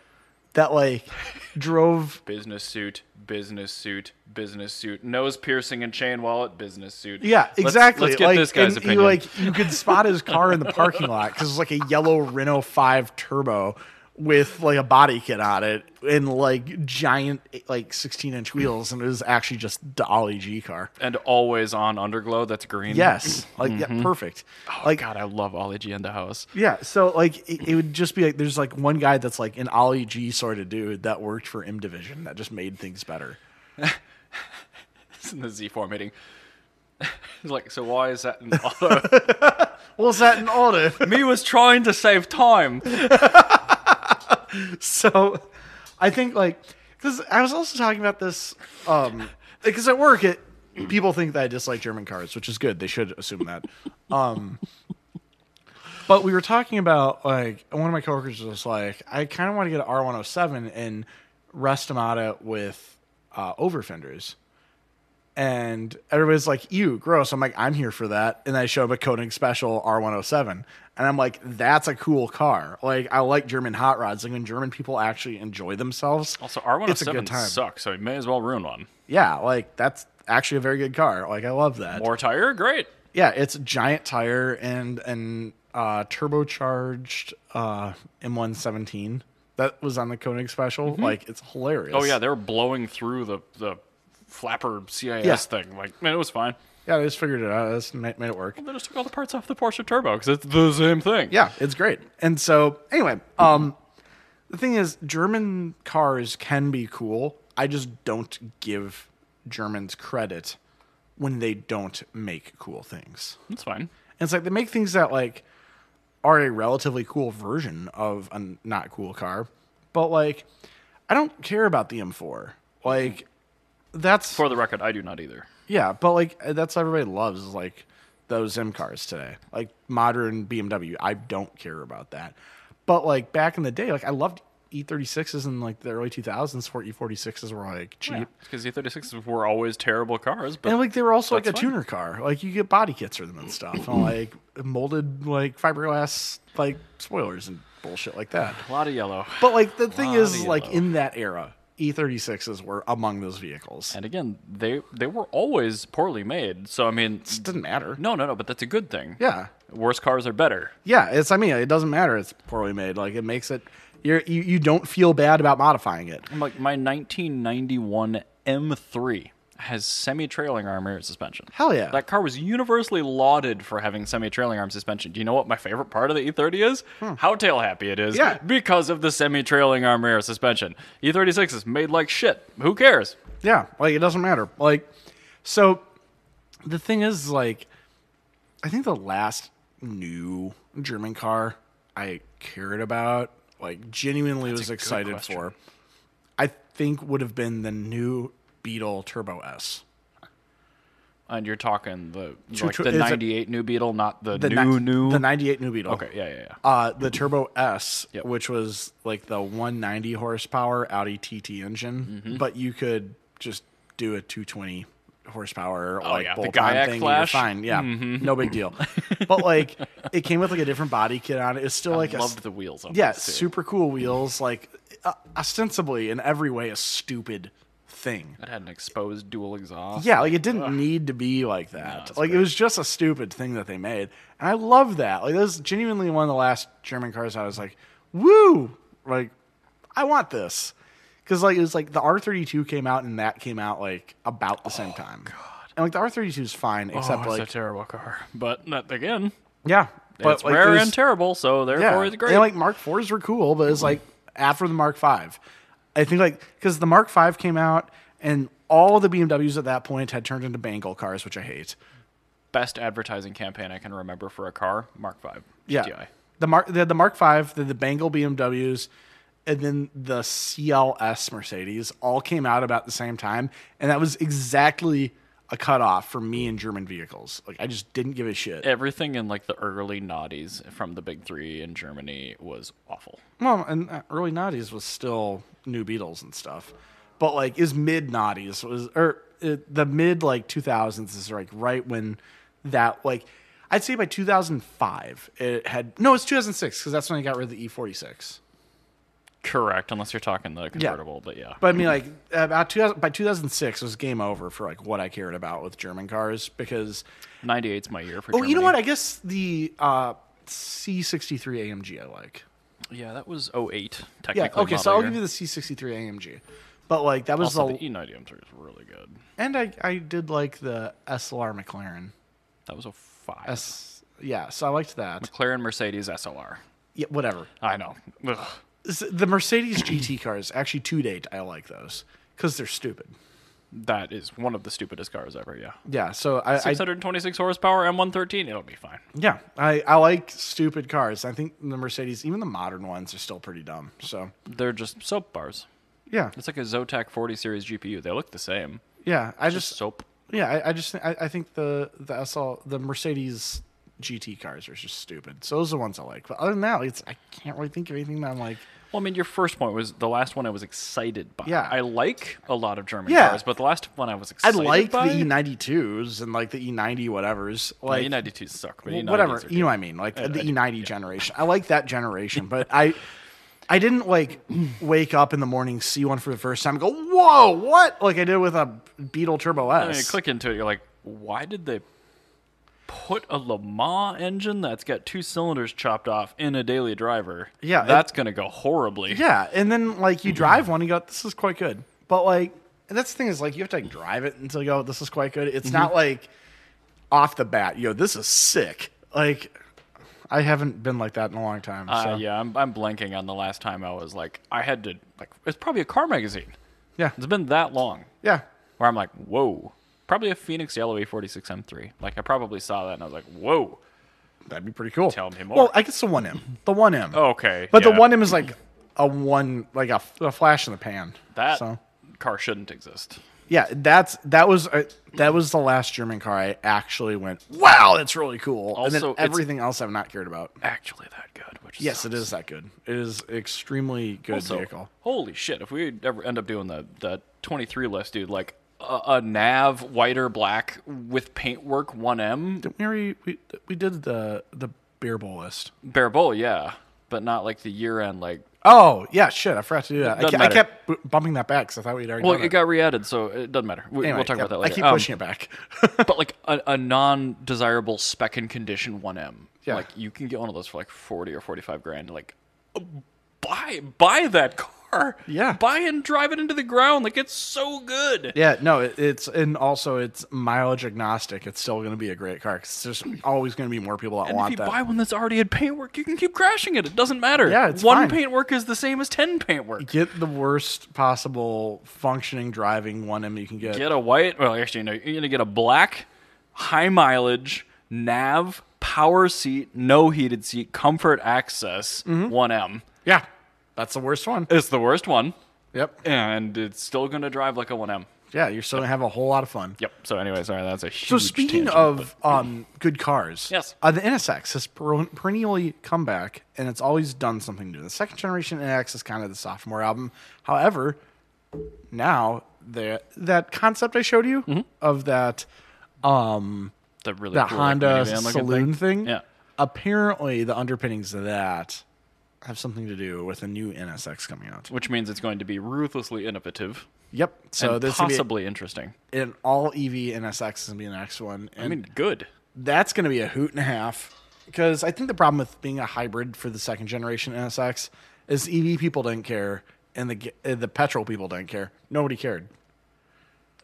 that like drove Business suit, business suit, business suit, nose piercing and chain wallet, business suit. Yeah, Let's- exactly. Let's, get like, this guy's and opinion. You, like you could spot his car in the parking lot because it's like a yellow Renault Five Turbo with like a body kit on it and like giant like 16 inch wheels, and it was actually just the Ollie G car. and always on underglow that's green. Yes, like yeah, perfect. like Mm-hmm. Oh, God, I love Ollie G in the house. yeah, so like it, it would just be like there's like one guy that's like an Ollie G sort of dude that worked for M Division that just made things better. It's in the Z4 meeting. He's like, so why is that an auto? Well, is that an auto? Me was trying to save time. so I think like because I was also talking about this um because at work it people think that I dislike German cars, which is good. They should assume that. Um but we were talking about like one of my coworkers was like, I kind of want to get an R107 and rest them out it with uh, over fenders. And everybody's like, "You gross." I'm like, "I'm here for that." And I show up a Koenig Special R107, and I'm like, "That's a cool car. Like, I like German hot rods. Like when German people actually enjoy themselves. Also, R107 it's a good time. sucks, so he may as well ruin one. Yeah, like that's actually a very good car. Like, I love that. More tire, great. Yeah, it's a giant tire and an uh, turbocharged uh, M117 that was on the Koenig Special. Like, it's hilarious. Oh yeah, they were blowing through the the flapper CIS Yeah. thing. Like, man, it was fine. Yeah, I just figured it out. I just made, made it work. They just took all the parts off the Porsche Turbo because it's the same thing. Yeah, it's great. And so, anyway, um, the thing is, German cars can be cool. I just don't give Germans credit when they don't make cool things. That's fine. And it's like they make things that like are a relatively cool version of a not cool car, but like I don't care about the M4. Like that's For the record, I do not either. yeah, but like that's what everybody loves is like those M cars today, like modern BMW. I don't care about that, but like back in the day, like I loved E36s in like the early 2000s. Where E46s were like cheap, Because the 36s were always terrible cars, but and like they were also like a That's fine. Mm-hmm. tuner car. Like you get body kits for them and stuff, and like molded like fiberglass like spoilers and bullshit like that. a lot of yellow. But like the thing Bloody is, like low. in that era, E36s were among those vehicles. And again, they they were always poorly made. So I mean, It doesn't matter. no, no, no. But that's a good thing. Yeah, Worse cars are better. Yeah, it's. I mean, it doesn't matter. It's poorly made. Like it makes it. You're, you you don't feel bad about modifying it. I'm like my 1991 M3 has semi-trailing arm rear suspension. Hell yeah. That car was universally lauded for having semi-trailing arm suspension. Do you know what my favorite part of the E30 is? How tail happy it is Hmm. Yeah. because of the semi-trailing arm rear suspension. E36 is made like shit. Who cares? yeah, like it doesn't matter. Like so, the thing is, like, I think the last new German car I cared about, like, genuinely was excited question. for, I think would have been the new Beetle Turbo S. And you're talking the like tw- the is it- 98 new Beetle, not the, The new ni- new. the '98 new Beetle. okay, yeah, yeah, yeah. Uh, the Turbo S, Yep. which was like the 190 horsepower Audi TT engine, Mm-hmm. but you could just do a 220 horsepower like Oh, yeah, the Mm-hmm. bolt-on Gaiac thing. and You're Flash. fine, yeah, no big deal. but like, it came with like a different body kit on it. It's still like a s- Loved the wheels. On yeah, this, too. super cool wheels. Like, uh, ostensibly in every way a stupid thing. It had an exposed dual exhaust. Yeah, like it didn't need to be like that. it's like it was just a stupid thing that they made, and I love that. Like that was genuinely one of the last German cars I was like, "Woo!" Like, I want this because like it was like the R thirty two came out and that came out like about the same time. And like the R thirty two is fine, except Oh, like it's a terrible car, but not, again, yeah, but it's like, rare it was- and terrible, so therefore it's great. And like Mark Fours were cool, but it's like after the Mark Five, I think like because the Mark Five came out and all the BMWs at that point had turned into Bengal cars, which I hate. Best advertising campaign I can remember for a car: Mark Five. Yeah. GTI. The Mark they had the Mark Five, then the Bengal BMWs, and then the CLS Mercedes all came out about the same time. And that was exactly a cutoff for me and German vehicles. Like I just didn't give a shit. Everything in like the early noughties from the big three in Germany was awful. Well, and uh, early noughties was still new Beatles and stuff, but like is mid noughties was or uh, the mid like two thousands is like right when that like I'd say by two thousand five it had no it's two thousand six because that's when I got rid of the E forty six. Correct, unless you're talking the convertible, but yeah. But I mean, like about 2000, by 2006 was game over for like what I cared about with German cars because 98's my year for. oh, you know what? I guess the uh, C63 AMG I like. Yeah, that was 08, Yeah. technically. Okay, so I'll give you the C63 AMG. But like that was also, the E the, E- E90 M3 is really good. and I I did like the SLR McLaren. That was a five. S yeah, so I liked that. McLaren Mercedes SLR. Yeah, whatever. I know. Ugh. S- The Mercedes GT cars actually to date I like those because they're stupid. That is one of the stupidest cars ever. Yeah. Yeah, so I, I 626 horsepower M113. It'll be fine. Yeah, I, I like stupid cars. I think the Mercedes, even the modern ones, are still pretty dumb. So They're just soap bars. yeah, It's like a Zotac 40 series GPU. They look the same. yeah. I Just just soap. yeah, I, I just think I, I think the the SL the Mercedes GT cars are just stupid. So those are the ones I like. But other than that, like, it's I can't really think of anything that I'm like. Well, I mean, your first point was the last one I was excited by. Yeah. I like a lot of German Yeah. cars, but the last one I was I excited like the E by. E92s and like the E90 whateverers. Like E92 suck, but E Well, E90s whatever E are Uh, you good. know what i mean like the e90 generation i like that generation but i i didn't like wake up in the morning see one for the first time and go whoa what like i did with a beetle turbo I mean, you s click into it, you're like, why did they put a Le Mans engine that's got two cylinders chopped off in a daily driver? Yeah, it- That's going to go horribly. yeah and then like you drive one and you go this is quite Mm-hmm. good but like and that's the thing is like you have to like drive it until you go this is quite good it's not like off the bat, yo, this is sick. Like, I haven't been like that in a long time. Uh, so. Yeah, I'm, I'm blanking on the last time I was like, I had to, like, it's probably a car magazine. yeah, It's been that long yeah, where I'm like, whoa. Probably a Phoenix Yellow A46 M3. Like, I probably saw that and I was like, whoa. that'd be pretty cool. Tell me more. Oh, Well, I guess the one M, the one M. Okay. but yeah. the one M is like a one, like a, a flash in the pan. That so. car shouldn't exist. Yeah, that's that was uh, that was the last German car I actually went. Wow, that's really cool. and Also, then it's- everything else I've not cared about. Actually, that good. Which Yes, it is that good. It is extremely good So, vehicle. holy shit! If we ever end up doing the the twenty three list, dude, like a, a nav white or black with paintwork one M Didn't we already we, we did the the beer bowl list? bare bowl, yeah, but not like the year end. Like, Oh yeah, shit, I forgot to do that. I, Doesn't ke- I matter. kept b- bumping that back because I thought we'd already. well, done it got re-added, so it doesn't matter. We, Anyway, we'll talk yeah, about that later. I keep Um, pushing it back. but like a, a non desirable spec and condition one M. Yeah. Like you can get one of those for like forty or forty five grand. Like buy buy that car. Yeah. Buy and drive it into the ground. Like it's so good. yeah, no, it, it's and also it's mileage agnostic. It's still going to be a great car because there's always going to be more people that And if want you that. buy one that's already had paintwork, you can keep crashing it. It doesn't matter. Yeah, it's one fine. paintwork is the same as ten paintwork. get the worst possible functioning driving one M you can get. Get a white. Well, actually, no. You're gonna get a black, high mileage nav power seat, no heated seat, comfort access, Mm-hmm. one M. Yeah, that's the worst one. It's the worst one. Yep. and it's still going to drive like a 1M. Yeah, you're still gonna have a whole lot of fun. Yep. So anyway, sorry, that's a huge. So speaking tangent, of um, good cars, Yes. uh, the NSX has per- perennially come back, and it's always done something new. The second generation NX is kind of the sophomore album. However, now the that concept I showed you Mm-hmm. of that um, but the really that cool, like, Honda minivan looking saloon thing. thing, Yeah. apparently the underpinnings of that have something to do with a new NSX coming out. which means it's going to be ruthlessly innovative Yep. So and this is gonna be possibly interesting. an all E EV NSX is gonna be the next one. And I mean, good. that's going to be a hoot and a half because I think the problem with being a hybrid for the second generation NSX is EV people didn't care and the ge- uh, the petrol people didn't care. Nobody cared.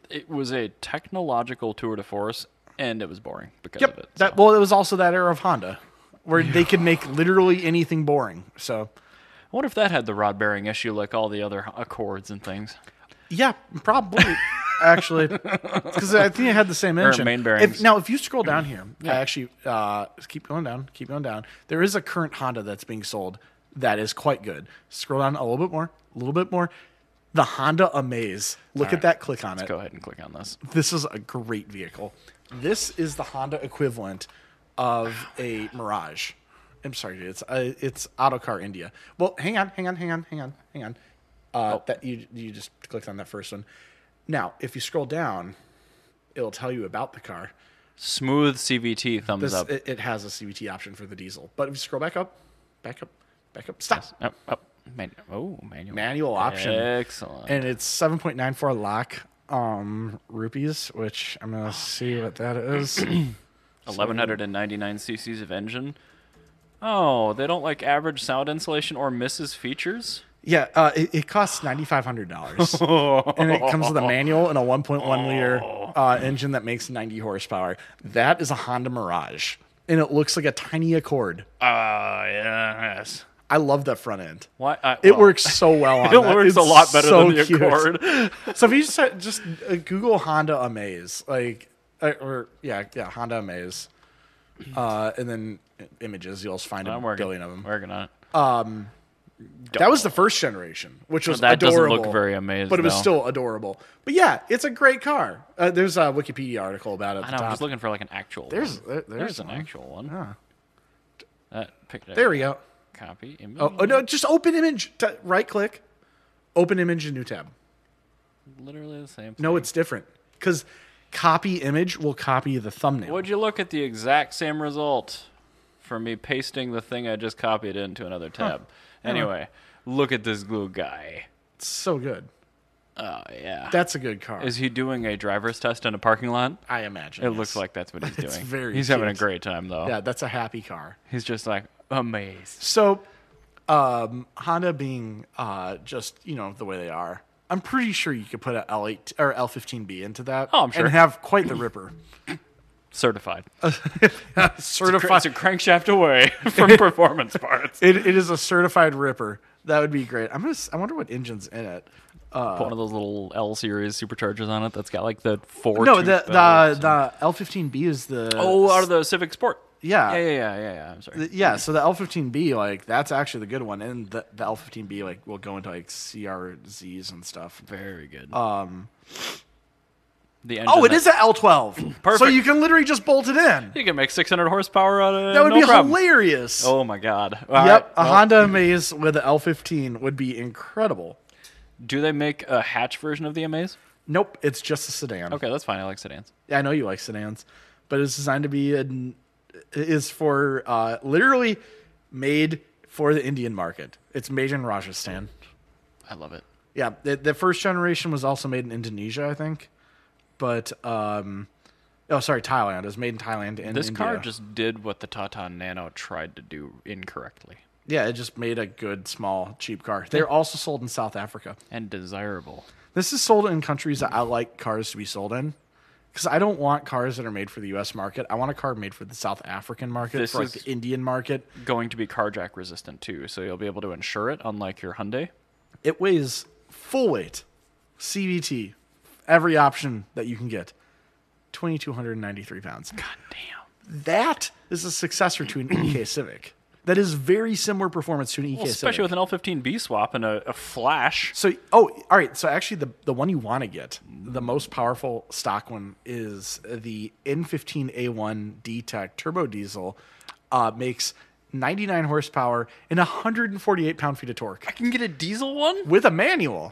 It was a technological tour de force, and it was boring because of it. That well, it was also that era of Honda where they could make literally anything boring. So I wonder if that had the rod bearing issue like all the other Accords and things. yeah, probably actually because I think it had the same engine. main If, bearings. Mm-hmm. now, if you scroll down here, I actually uh, keep going down, keep going down. There is a current Honda that's being sold that is quite good. Scroll down a little bit more, a little bit more. The Honda Amaze. Look at that. Click on it. Go ahead and click on this. This is a great vehicle. This is the Honda equivalent of a Mirage. I'm sorry, dude. It's uh, it's Autocar India. Well, hang on, hang on, hang on, hang on, hang on. Uh, That you you just clicked on that first one. Now, if you scroll down, it'll tell you about the car. Smooth CVT thumbs This up. it, it has a CVT option for the diesel. But if you scroll back up, back up, back up, stop. up, up. Man- oh, manual. Manual option. Excellent. And it's seven point nine four lakh um rupees, which I'm gonna see what that is. 1199 cc's of engine. Oh, they don't like average sound insulation or misses features? Yeah, uh, it, it costs ninety five hundred dollars, and it comes with a manual and a one point one liter Oh. uh, engine that makes ninety horsepower. That is a Honda Mirage, and it looks like a tiny Accord. Ah, yes. I love that front end. Why? I, It well, works so well. On It that. works It's a lot better so than the cute. Accord. So if you just had- just uh, Google Honda Amaze, like uh, or yeah, yeah, Honda Amaze, uh, and then images, you'll find a I'm working, billion of them. working on it. That was the first generation, which was That doesn't adorable. look very amazing, but it was though. still adorable. But yeah, it's a great car. Uh, there's a Wikipedia article about it. At I the know, I'm top. just looking for like an actual there's one. there, There's there's, an one. actual one. That pic- There we go. Copy. Image. Oh, oh, no, just open image. T- right click, open image, and new tab. Literally the same. No, it's different because copy image will copy the thumbnail. Would you look at the exact same result for me pasting the thing I just copied into another tab? Anyway, look at this glue guy. It's so good. Oh, yeah. That's a good car. Is he doing a driver's test in a parking lot? I imagine It yes. looks like that's what he's doing. It's very he's having a cute. great time though. Yeah, that's a happy car. He's just like amazed. So, um, Honda being uh, just you know the way they are, I'm pretty sure you could put a L8 or L15B into that. Oh, I'm sure. and have quite the ripper. Certified. Oh, certified. It's a crankshaft away from performance parts. It, it is a certified ripper. That would be great. I'm gonna. s- I wonder what engine's in it. Uh, Put one of those little L series superchargers on it that's got like the four. No, tooth the bells. the, the L15B is the oh, out of the Civic Sport. Yeah. yeah, yeah, yeah. yeah, yeah. I'm sorry. the- yeah. So the L15B like that's actually the good one, and the, the L15B like will go into like CRZs and stuff. Very good. Um. The engine Oh, it that- is an L12. So Perfect. you can literally just bolt it in. You can make 600 horsepower out of it. That would no be problem. hilarious. Oh my god. All yep, right, a well, Honda Amaze with an L15 would be incredible. Do they make a hatch version of the Amaze? Nope, it's just a sedan. Okay, that's fine. I like sedans. Yeah, I know you like sedans, but it's designed to be an it is for uh, literally made for the Indian market. It's made in Hmm. Rajasthan. I love it. Yeah, the, the first generation was also made in Indonesia, I think. But um, oh, sorry, Thailand. It was made in Thailand and This India. car just did what the Tata Nano tried to do incorrectly yeah, it just made a good small cheap car. Hmm. They're also sold in South Africa. and desirable. This is sold in countries that I like cars to be sold in. Because I don't want cars that are made for the U.S. market. I want a car made for the South African market, This for like is- the Indian market. Going to be carjack resistant too, so you'll be able to insure it, unlike your Hyundai. It weighs full weight, CVT, every option that you can get, 2,293 pounds. Damn. That is a successor to an EK Civic. That is very similar performance to an EK Especially Civic. with an L15B swap and a, a flash. so, oh, all right. So, actually, the, the one you want to get, the most powerful stock one, is the N15A1 D-Tech turbo diesel. Uh, makes 99 horsepower and 148 pound-feet of torque. I can get a diesel one? with a manual.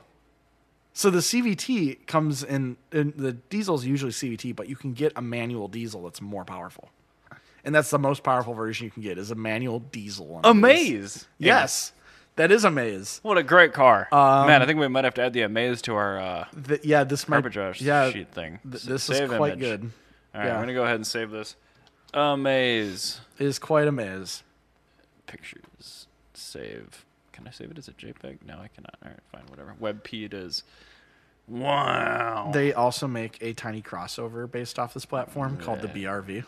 So the CVT comes in, in the diesel's usually CVT, but you can get a manual diesel that's more powerful. And that's the most powerful version you can get is a manual diesel one. of these. Amaze. Yes. That is a maze. What a great car. Man, I think we might have to add the Amaze to our uh, Th- yeah, this might arbitrage yeah, sheet thing. th- S- this is save quite image. good. All right, Yeah. I'm gonna go ahead and save this. Amaze It is quite a maze. pictures. Save. Can I save it as a JPEG? No, I cannot. All right, fine, whatever. WebP it is. Wow. They also make a tiny crossover based off this platform called the BRV.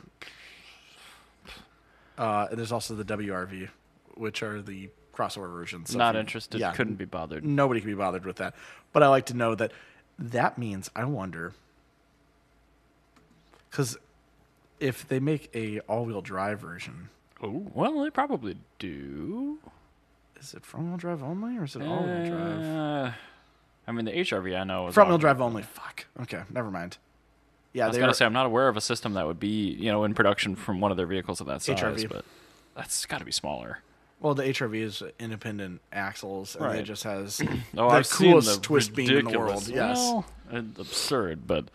Uh, and there's also the WRV, which are the crossover versions. So Not if you- interested. Yeah, Couldn't be bothered. nobody can be bothered with that. But I like to know that that means I wonder because if they make a all-wheel drive version, Oh, well, they probably do. is it front-wheel drive only or is it all-wheel drive? Uh, I mean, the HRV I know is Front-wheel all- drive only. Fuck. Okay, never mind. Yeah, I was they gonna are, say I'm not aware of a system that would be you know in production from one of their vehicles of that size, HRV. but that's got to be smaller. well, the HRV is independent axles, and it Right. just has Oh, the I've coolest seen the twist beam in the world. ridiculous- Yes, Well, uh, absurd, but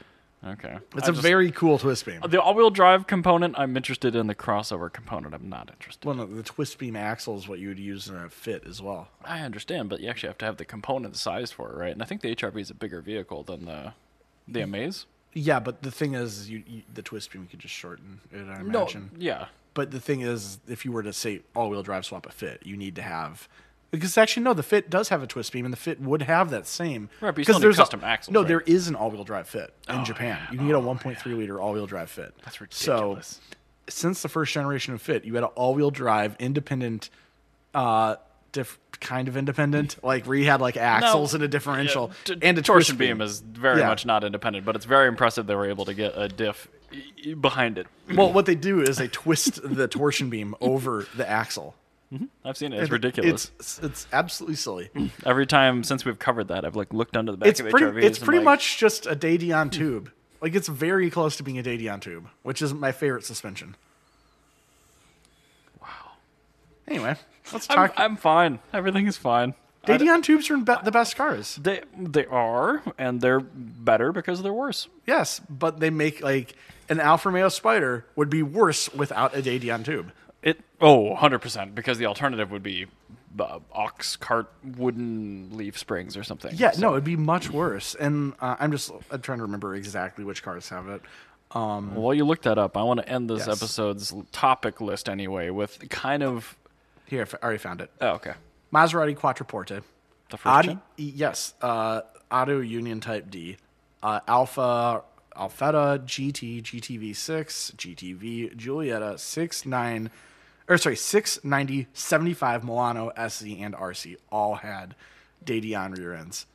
okay. it's a a very cool twist beam. the all-wheel drive component. I'm interested in the crossover component. I'm not interested. One of the twist beam axle is what you would use in a fit as well. I understand, but you actually have to have the component sized for it, right? And I think the HRV is a bigger vehicle than the Mm. the Amaze. Yeah, but the thing is, you, you the twist beam you could just shorten it. I imagine. yeah, But the thing is, if you were to say all wheel drive swap a fit, you need to have because actually no, the fit does have a twist beam, and the fit would have that same. Right, but you 'cause still need there's a- custom axles, No, right? Oh, there is an all wheel drive fit in Japan. You can get a 1.3 liter all wheel drive fit. That's So, ridiculous. since the first generation of fit, you had an all wheel drive independent, uh, diff- kind of independent, like where you had like axles and a differential T- and a torsion twist beam is very Yeah. much not independent, but it's very impressive they were able to get a diff e- e- behind it. Well, what they do is they twist the torsion beam over the axle. I've seen it. It's ridiculous. It's it's absolutely silly. Every time since we've covered that, I've like looked under the back It's of pretty HRVs. it's and, pretty like, much just a Dadeon tube. Like it's very close to being a Dadeon tube, which is my favorite suspension. Wow. Anyway, let's I'm, talk. I'm fine. Everything is fine. I d- Dadeon tubes are be- the best cars. They they are, and they're better because they're worse. Yes, but they make like an Alfa Romeo Spider would be worse without a Dadeon tube. It oh 100 percent because the alternative would be uh, ox cart wooden leaf springs or something. Yeah, So- no, it'd be much worse. And uh, I'm just I'm trying to remember exactly which cars have it. Um, While you look that up, I want to end this Yes. episode's topic list anyway with kind of Here, I already found it. oh, okay. Maserati Quattroporte. The first Audi, gen? yes, uh, Auto Union Type D, uh, Alpha Alfetta, GT, GTV6, GTV, Giulietta, 69, or sorry, 690, 75, Milano, SZ, and RC all had Dadeon rear ends.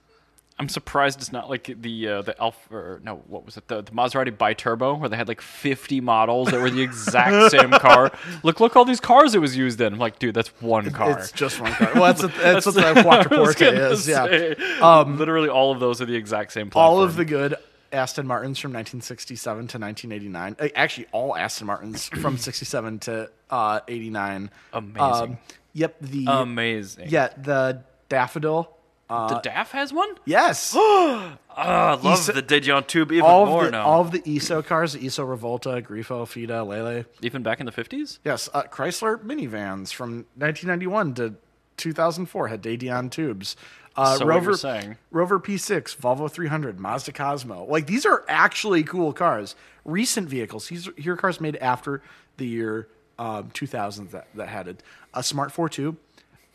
I'm surprised it's not like the uh, the Alpha. Or no, what was it? The, the Maserati biturbo, where they had like 50 models that were the exact same car. Look, look, all these cars it was used in. I'm like, dude, that's one car. It's just one car. Well, that's, what- that's, what the Quattroporte is. Yeah. Um, Literally, all of those are the exact same. Platform. All of the good Aston Martins from 1967 to 1989. Uh, Actually, all Aston Martins from 67 to uh, 89. Amazing. Um, yep. The amazing. yeah the daffodil. the Uh, DAF has one. Yes. Oh, I love the Dijon Tube even all more of the, now. all of the ESO cars, the ESO Revolta, Grifo, Fida, Lele. even back in the 50s. Yes, uh, Chrysler minivans from 1991 to 2004 had Dadeon tubes. Uh, So what Rover, you're saying- Rover P6, Volvo 300, Mazda Cosmo. Like these are actually cool cars. Recent vehicles. These are, here are cars made after the year um, 2000 that, that had it. A Smart 42,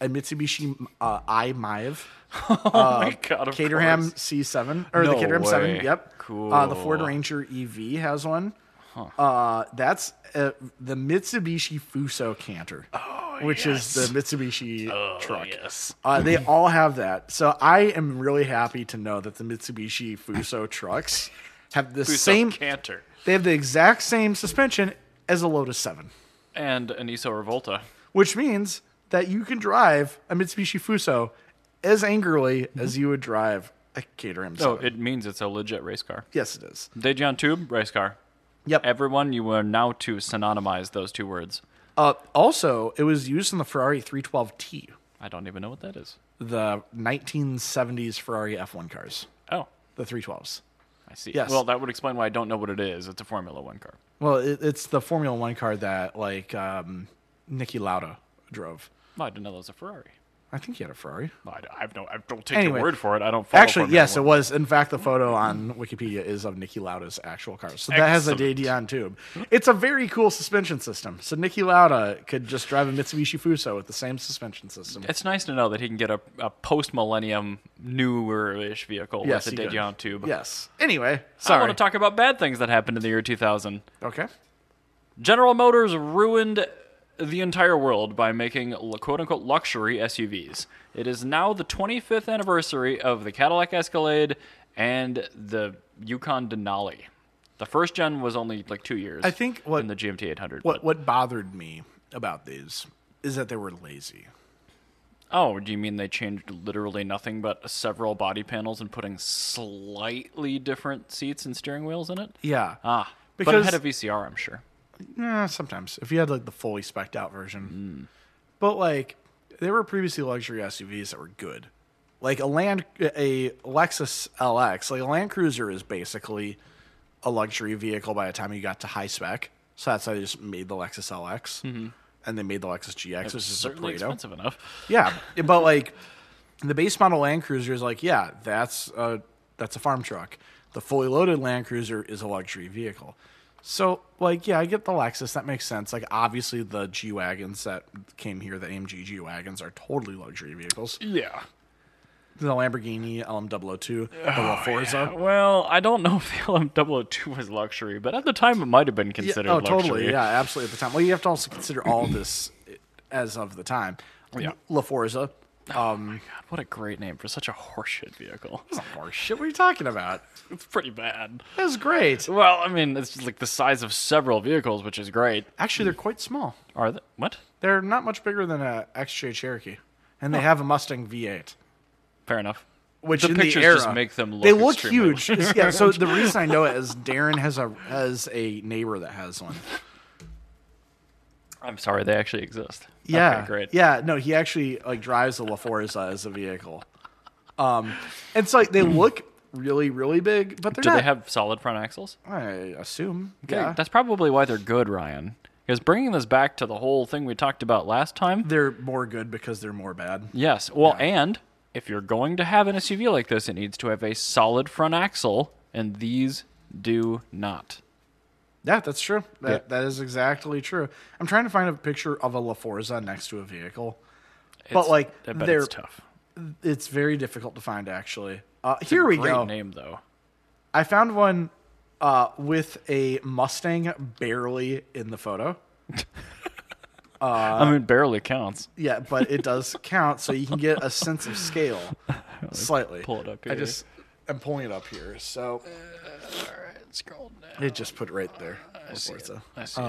a Mitsubishi uh, i Mive, oh my god, of Caterham course. C7 or No the Caterham 7. way. Yep. Uh, Cool. the Ford Ranger EV has one. Uh, that's uh, the Mitsubishi Fuso Canter, which is the Mitsubishi truck. Yes. Uh, they all have that. So I am really happy to know that the Mitsubishi Fuso trucks have the same. canter They have the exact same suspension as a Lotus 7, and an Iso Revolta. which means that you can drive a Mitsubishi Fuso as angrily as you would drive a Caterham 7. No, it means it's a legit race car. Yes, it is. Daejeon Tube race car. Yep. Everyone, you are now to synonymize those two words. Uh, also, it was used in the Ferrari 312T, I don't even know what that is. the 1970s Ferrari F1 cars, Oh, the 312s. I see. Yes. Well, that would explain why I don't know what it is. It's a Formula One car. Well, it, it's the Formula One car that like um, Nicky Lauda drove. Well, I didn't know that was a Ferrari. I think he had a Ferrari. I, I've no. I don't take Anyway. your word for it. I don't. Follow Actually, Formula yes, One. it was. In fact, the photo on Wikipedia is of Nicky Lauda's actual car. So that has a Excellent. Dadeon tube. It's a very cool suspension system. So Nicky Lauda could just drive a Mitsubishi Fuso with the same suspension system. It's nice to know that he can get a, a post millennium newer-ish vehicle Yes, with a he could. Daejeon Tube. Yes. Anyway, I sorry. want to talk about bad things that happened in the year 2000. okay. General Motors ruined the entire world by making l- quote unquote luxury SUVs. It is now the 25th anniversary of the Cadillac Escalade and the Yukon Denali. The first gen was only like two years. I think what- in the GMT 800. What but- what bothered me about these is that they were lazy. oh, do you mean they changed literally nothing but several body panels and putting slightly different seats and steering wheels in it? Yeah. Ah, but it Because- had a VCR, I'm sure. Eh, sometimes if you had like the fully specced out Mm. version, but like there were previously luxury SUVs that were good, like a land a Lexus LX, like a Land Cruiser is basically a luxury vehicle by the time you got to high spec. So that's why they just made the Lexus LX, and they made the Lexus GX, which is a Mm-hmm. Certainly Pareto. expensive enough. Yeah, but like the base model Land Cruiser is like, yeah, that's a that's a farm truck. The fully loaded Land Cruiser is a luxury vehicle. So like, yeah, I get the Lexus. That makes sense. Like, obviously, the G wagons that came here, the AMG G wagons, are totally luxury vehicles. Yeah. The Lamborghini LM002, the LaForza. Well, I don't know if the LM002 was luxury, but at the time it might have been considered oh, luxury. totally. Yeah, absolutely. At the time, well, you have to also consider all of this as of the time. Yeah. Oh, LaForza. Um, God, what a great name for such a horseshit vehicle. horseshit. What are you talking about? It's pretty bad. That was great. Well, I mean, it's just like the size of several vehicles, which is great. Actually, they're quite small. Are they? What? They're not much bigger than a XJ Cherokee, and they have a Mustang V8. Fair enough. Which The in pictures the era, just make them look they look extremely huge. yeah. So the reason I know it is Darren has a has a neighbor that has one. I'm sorry, they actually exist. Yeah. Okay, great. Yeah. No, he actually like drives the LaForza as a vehicle. Um, and so like, they look really really big, but they're Do not. they have solid front axles? I assume. Okay, Yeah. That's probably why they're good, Ryan. Because bringing this back to the whole thing we talked about last time, They're more good because they're more bad. Yes. Well, and if you're going to have an SUV like this, it needs to have a solid front axle, and these do not. Yeah, that's true. That that is exactly true. I'm trying to find a picture of a LaForza next to a vehicle. But It's- like I bet they're it's tough. It's very difficult to find, actually. Uh, here we Great go. name though. I found one uh, with a Mustang barely in the photo. Uh, I mean, barely counts. Yeah, but it does count, so you can get a sense of scale slightly. pull it up I here. just I'm pulling it up here, so All right, scroll down. it just put it right there. Forza. Uh, I see.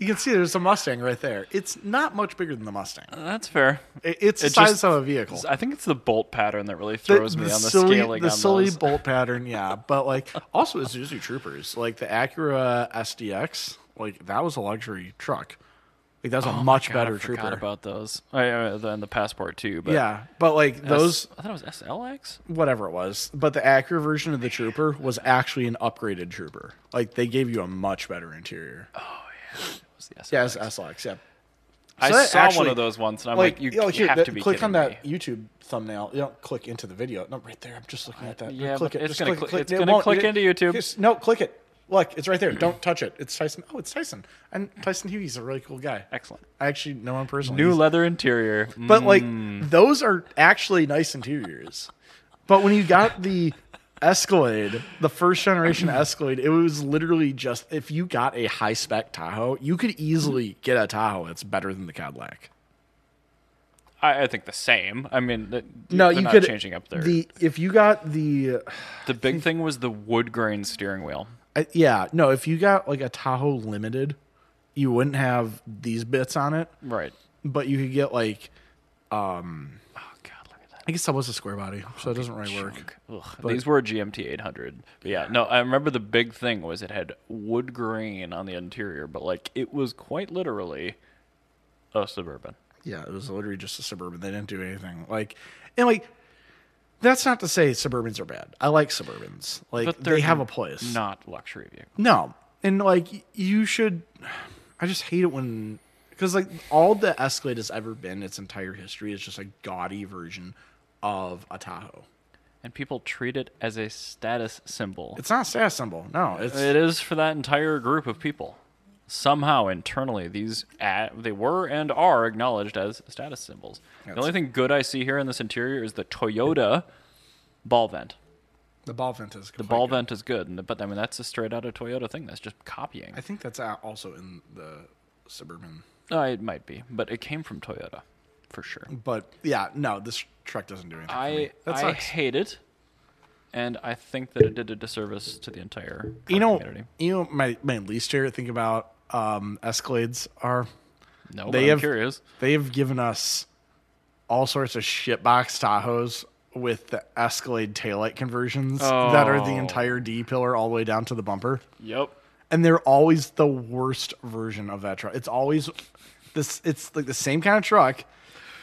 You can see there's a Mustang right there. It's not much bigger than the Mustang. That's fair. It- It's Uh, the it size just- of a vehicle. I think it's the bolt pattern that really throws me on the silly, scaling the on silly those. bolt pattern, yeah. But like, also Isuzu Troopers, like the Acura SDX, like that was a luxury truck. Like that was a much Oh God, I better forgot trooper. about those. Oh, yeah, yeah, and the passport too. But yeah, but like S- those, I thought it was SLX. whatever it was. But the Acura version of the Trooper was actually an upgraded Trooper. Like they gave you a much better interior. Oh It was the SLX. Yeah, it's SLX. Yeah. I So that saw one actually- of those once, and I'm like, you, oh, here, have that- to be click kidding on me. that YouTube thumbnail. You don't click into the video. No, right there. I'm just looking at that. Yeah, click but it. it's Just gonna click, click- click. it's It gonna won't- click it- into YouTube. just- no, click it. Look, it's right there. Don't touch it. It's Tyson. Oh, it's Tyson. And Tyson Hughey's a really cool guy. Excellent. I actually know him personally. New Hmm. He's- leather interior. but like those are actually nice interiors. But when you got the Escalade, the first generation Escalade, it was literally just if you got a high spec Tahoe, you could easily get a Tahoe that's better than the Cadillac. I, I think the same. I mean, th- No, they're you not could changing up there. The, The if you got the uh, big thing was the wood grain steering wheel. I- yeah, no, if you got like a Tahoe Limited, you wouldn't have these bits on it, Right. but you could get like Oh God, look at that. I guess that was a square body, so it doesn't really work. Ugh, These were GMT 800. But yeah, no, I remember the big thing was it had wood grain on the interior, but like it was quite literally a suburban. Yeah, it was literally just a suburban. They didn't do anything like, and like, that's not to say suburbans are bad. I like suburbans. Like But they're they have a place. Not luxury vehicle. No, and like y- you should. I just hate it when because like all the Escalade has ever been its entire history is just a gaudy version of a Tahoe. And people treat it as a status symbol. It's not a status symbol. No, it's It is for that entire group of people. Somehow internally, these at, they were and are acknowledged as status symbols. the That's- only thing good I see here in this interior is the Toyota ball vent. the ball vent is The ball vent is good, and, but I mean that's a straight out of Toyota thing. That's just copying. I think that's out- also in the suburban. Uh, it might be, but it came from Toyota, for sure. But yeah, no, this truck doesn't do anything. for me. I that I sucks. hate it, and I think that it did a disservice to the entire car you know, community. you know, my, my least favorite thing about um, Escalades are No, but they I'm have- curious. they have given us all sorts of shitbox Tahoes with the Escalade taillight conversions that are the Oh. entire D pillar all the way down to the bumper, Yep. and they're always the worst version of that truck. It's always this. It's like the same kind of truck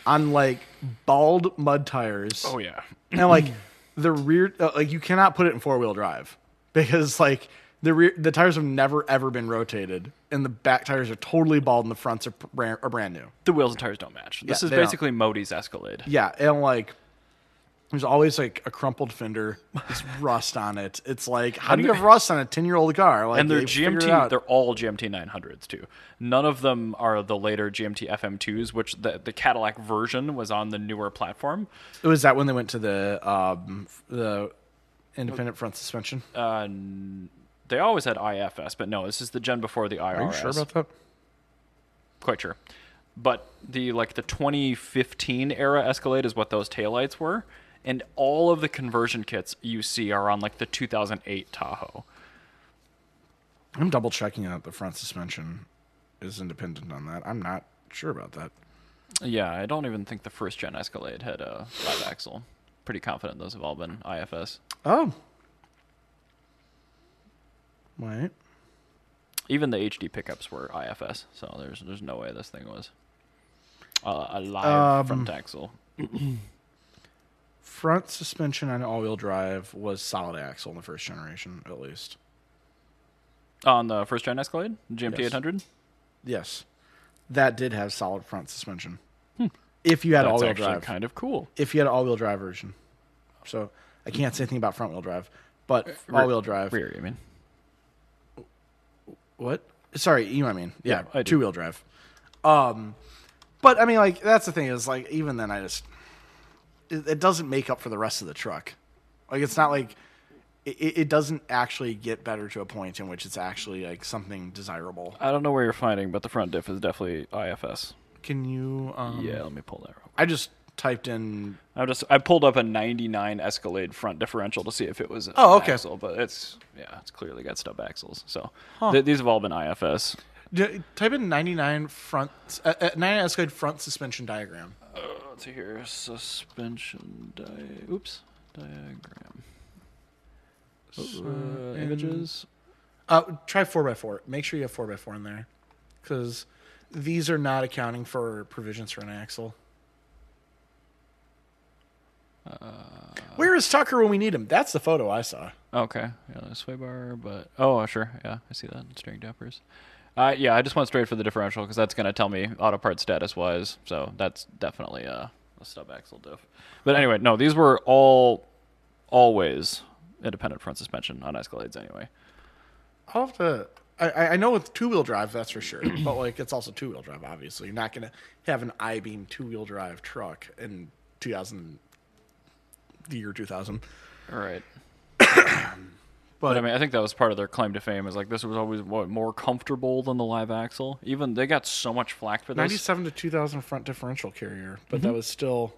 on like bald mud tires. Oh yeah. Now, like the rear, uh, like you cannot put it in four wheel drive because like the rear, the tires have never ever been rotated, and the back tires are totally bald, and the fronts are brand, are brand new. The wheels and tires don't match. This Yeah, is they don't. basically Modi's Escalade. Yeah, and like there's always like a crumpled fender, there's rust on it. It's like how do you have rust on a ten year old car? Like And they're they figure it GMT. out. They're all GMT 900s too. None of them are the later GMT FM2s, which the, the Cadillac version was on the newer platform. was that when they went to the um the independent front suspension? Uh, n- they always had IFS, but no, this is the gen before the IRS. are you sure about that? quite sure. But the like the 2015 era Escalade is what those taillights were, and all of the conversion kits you see are on like the 2008 Tahoe. I'm double checking that the front suspension is independent on that. I'm not sure about that. Yeah, I don't even think the first gen Escalade had a five axle. Pretty confident those have all been IFS. Oh. Wait. Even the HD pickups were IFS, so there's there's no way this thing was uh, a live Um, front axle. Front suspension on all wheel drive was solid axle in the first generation, at least. On the first gen Escalade, GMT Yes. 800. Yes. That did have solid front suspension. If you had all Hmm. That's wheel actually drive. kind of cool. if you had all wheel drive version. So I can't say anything about front wheel drive, but all wheel drive. Uh, Rear, you mean? What? Sorry, you know what I mean. Yeah, I do. two wheel drive. Um, but I mean, like that's the thing is like even then I just it, it doesn't make up for the rest of the truck. Like it's not like it, it it doesn't actually get better to a point in which it's actually like something desirable. I don't know where you're finding, but the front diff is definitely IFS. Can you? Um, Yeah, let me pull that. Real I just typed in. I just I pulled up a '99 Escalade front differential to see if it was Oh, an okay. axle, but it's yeah, it's clearly got stub axles. So th- these have all been IFS. D- type in ninety nine front uh, uh, ninety nine Escalade front suspension diagram. Uh, Let's see here. Suspension di- oops diagram. Oh, uh, images. Uh, try four x four. Make sure you have four x four in there, because these are not accounting for provisions for an axle. Uh. Where is Tucker when we need him? That's the photo I saw. Oh, Okay, yeah, there's sway bar, but oh sure, yeah, I see that steering dampers. Uh, yeah, I just went straight for the differential because that's gonna tell me auto part status wise. So that's definitely a, a stub axle diff. But anyway, no, these were all always independent front suspension on Escalades anyway. I'll have to. I- I, I know it's two wheel drive, that's for sure. but like, it's also two wheel drive. Obviously, you're not gonna have an I beam two wheel drive truck in 2000, the year 2000. All right. But, But I mean, I think that was part of their claim to fame is like this was always what, more comfortable than the live axle. Even they got so much flack for this. 97 to 2000 front differential carrier, but that was still.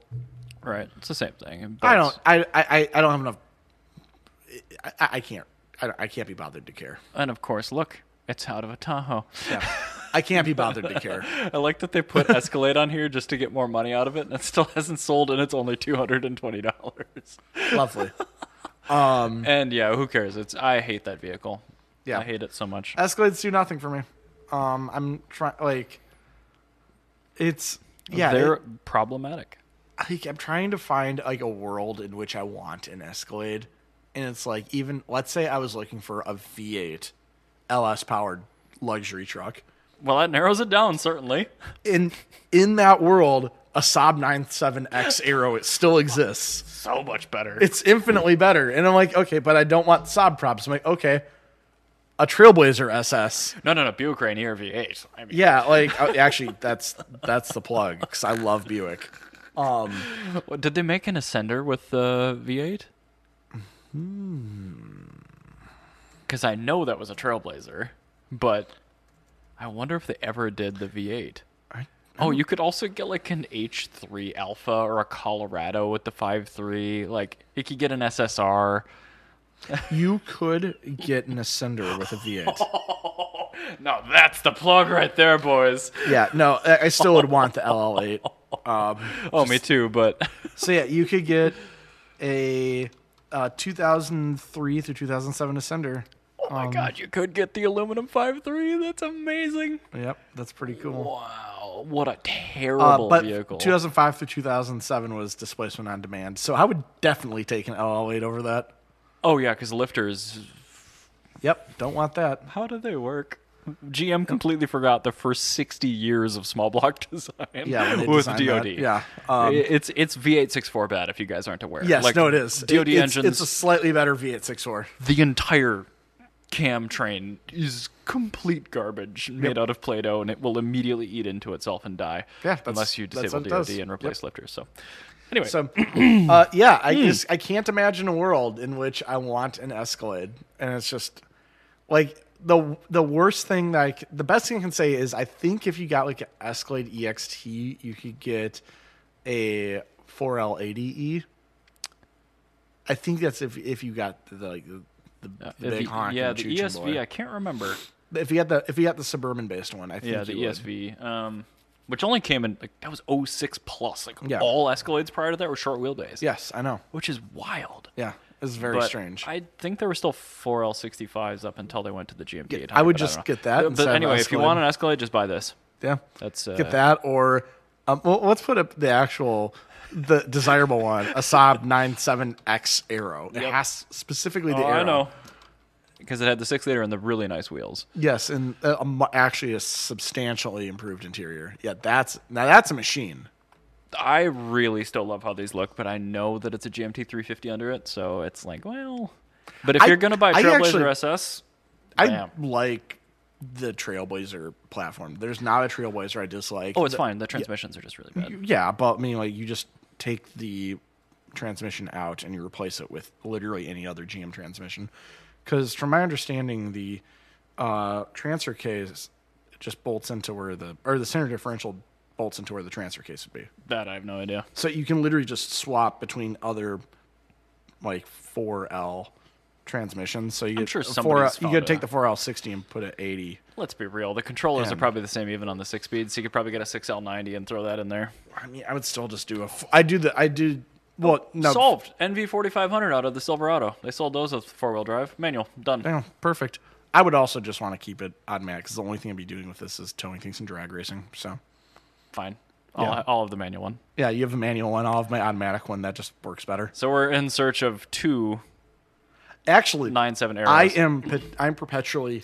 Right, it's the same thing. but Mm-hmm. I it's- don't. I I I- I don't have enough. I, I- I can't. I, I can't be bothered to care. And of course, look, it's out of a Tahoe. Yeah. I can't be bothered to care. I like that they put Escalade on here just to get more money out of it, and it still hasn't sold, and it's only two hundred and twenty dollars. Lovely. Um, And yeah, who cares? It's I hate that vehicle. Yeah. Uh, I hate it so much. Escalades do nothing for me. Um, I'm trying like. It's yeah. they're it- problematic. like I'm trying to find like a world in which I want an Escalade, and it's like even let's say I was looking for a V8 LS powered luxury truck. Well, that narrows it down certainly. In in that world, a Saab 97X Aero it still exists. So much better. It's infinitely better, and I'm like, okay, but I don't want Saab props. I'm like, okay, a Trailblazer SS. no, no, no. Buick Rainier V8. I mean, Yeah, like uh, actually, that's that's the plug because I love Buick. Um, what- did they make an Ascender with the V8? Hmm. Because I know that was a Trailblazer, but I wonder if they ever did the V8. I- Oh, you could also get like an H3 Alpha or a Colorado with the 5.3. Like, you could get an SSR. you could get an Ascender with a V8. No, that's the plug right there, boys. Yeah, no, I I still would want the LL8. Um, Oh, me too, but so yeah, you could get a uh, 2003 through 2007 Ascender. oh my god, you could get the aluminum 5.3. That's amazing. Yep, that's pretty cool. Wow, what a Uh, terrible but vehicle. 2005 through 2007 was displacement on demand, so I would definitely take an LL8 over that. Oh yeah, because lifters. Yep, don't want that. How do they work? GM completely forgot the first sixty years of small block design. Yeah, when they with designed DoD. that, yeah, um, I- it's it's V eight six four bad if you guys aren't aware. Yes, Like, no, it is. It- DoD it's, engines. It's a slightly better V864. the entire cam train is complete garbage made out of Play-Doh, and it will immediately eat into itself and die. Yeah, that's- unless you that's disable what it DoD does. and replace lifters. So, anyway, So, uh, yeah, I just I can't imagine a world in which I want an Escalade, and it's just like the the worst thing. Like the best thing I can say is I think if you got like an Escalade EXT, you could get a 4L80E. I think that's if if you got the, like the, the uh, big the, honk yeah, and the choo-choo ESV. boy. I can't remember. If you got the if you got the suburban based one, I think Yeah, the you would. ESV, um, which only came in like that was 06 plus. Like Yeah. all Escalades prior to that were short wheelbase. Yes, I know. which is wild. Yeah, it's very But strange. I think there were still 4L65s up until they went to the GMT. 800, I would but just don't know. get that But- instead But of anyway, if you Escalade. want an Escalade, just buy this. yeah. That's uh, get that or um, well, let's put up the actual the desirable one a saab 97x arrow it Yep. has specifically the Oh, arrow I know. Because it had the six liter and the really nice wheels. yes and uh, a, mu- actually a substantially improved interior yeah that's now that's a machine I really still love how these look, but I know that it's a GMT 350 under it, so it's like, well. But if I- you're gonna buy I Trailblazer actually- SS, i Damn. like the trailblazer platform there's not a trailblazer i dislike oh, it's The- fine. The transmissions are just really bad. yeah but i mean like you just take the transmission out and you replace it with literally any other GM transmission. Because from my understanding, the uh, transfer case just bolts into where the or the center differential bolts into where the transfer case would be. That I have no idea. So you can literally just swap between other like 4L transmissions. So you get sure a somebody's 4L, you found could a- take the 4L60 and put it 80. Let's be real. The controllers are And- probably the same even on the six speeds. So you could probably get a 6L90 and throw that in there. I mean, I would still just do a. f- I do the. I do. Well, no. Solved. NV4500 out of the Silverado. They sold those with four wheel drive. Manual. Done. Damn, perfect. I would also just want to keep it automatic because the only thing I'd be doing with this is towing things and drag racing. So Fine. All, Yeah. all of the manual one. yeah, you have a manual one. I'll have my automatic one. That just works better. So we're in search of two Actually, 9.7 arrows. I am. pe- I'm perpetually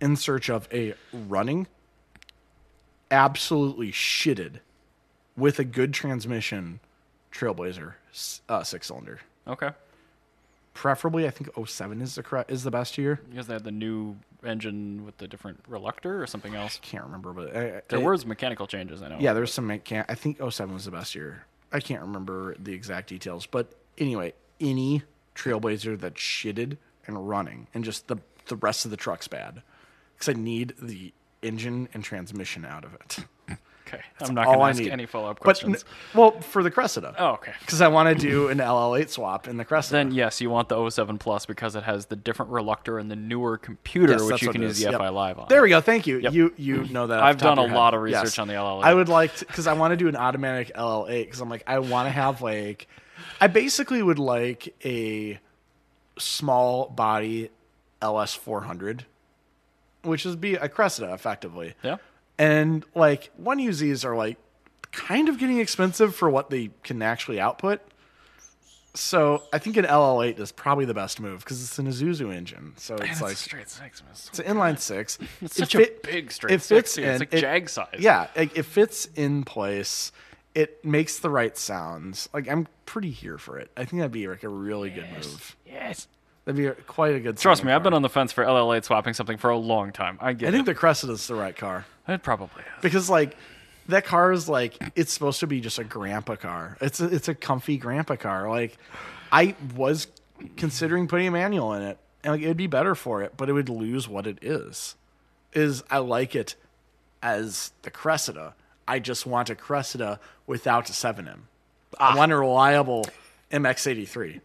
in search of a running, absolutely shitted, with a good transmission, Trailblazer, s- uh, six cylinder. Okay. Preferably, I think 07 is the correct is the best year. Because they had the new engine with the different reluctor or something else. Can't remember, but I, I- There I- were mechanical changes, I know. Yeah, there's some mechan- I think 07 was the best year. I can't remember the exact details, but anyway, any Trailblazer that's shitted and running, and just the the rest of the truck's bad, because I need the engine and transmission out of it. Okay. I'm not all going to I ask need. any follow up But n- questions. well, for the Cressida. Oh, okay. Because I want to do an LL8 swap in the Cressida. Then yes, you want the 07 Plus because it has the different reluctor and the newer computer, Yes, which that's you what can it use is. the Yep. FI Live on. Mm-hmm. There we go. Thank you. You you know that. off I've the top done your a head. lot of research on the LL8. I would like to because I want to do an automatic LL8 because I'm like I want to have like I basically would like a small body LS400, which would be a Cressida effectively. Yeah. And like one UZs are like kind of getting expensive for what they can actually output. So I think an LL8 is probably the best move because it's an Isuzu engine. So it's It's like a straight six. man. It's it's an inline six. it's It such fit- a big straight it six. fits dude. It's in- like it- jag size. Yeah, like it fits in place. It makes the right sounds. Like I'm pretty here for it. I think that'd be like a really good move. Yes. That'd be a- quite a good. Trust sounding me, I've been car. on the fence for LL8 swapping something for a long time. I get I think it. the Cressida's the right car It probably is. because like that car is like it's supposed to be just a grandpa car. It's a, it's a comfy grandpa car. Like I was considering putting a manual in it, and like it'd be better for it, but it would lose what it is. Is I like it as the Cressida. I just want a Cressida without a 7M. I want a reliable MX83.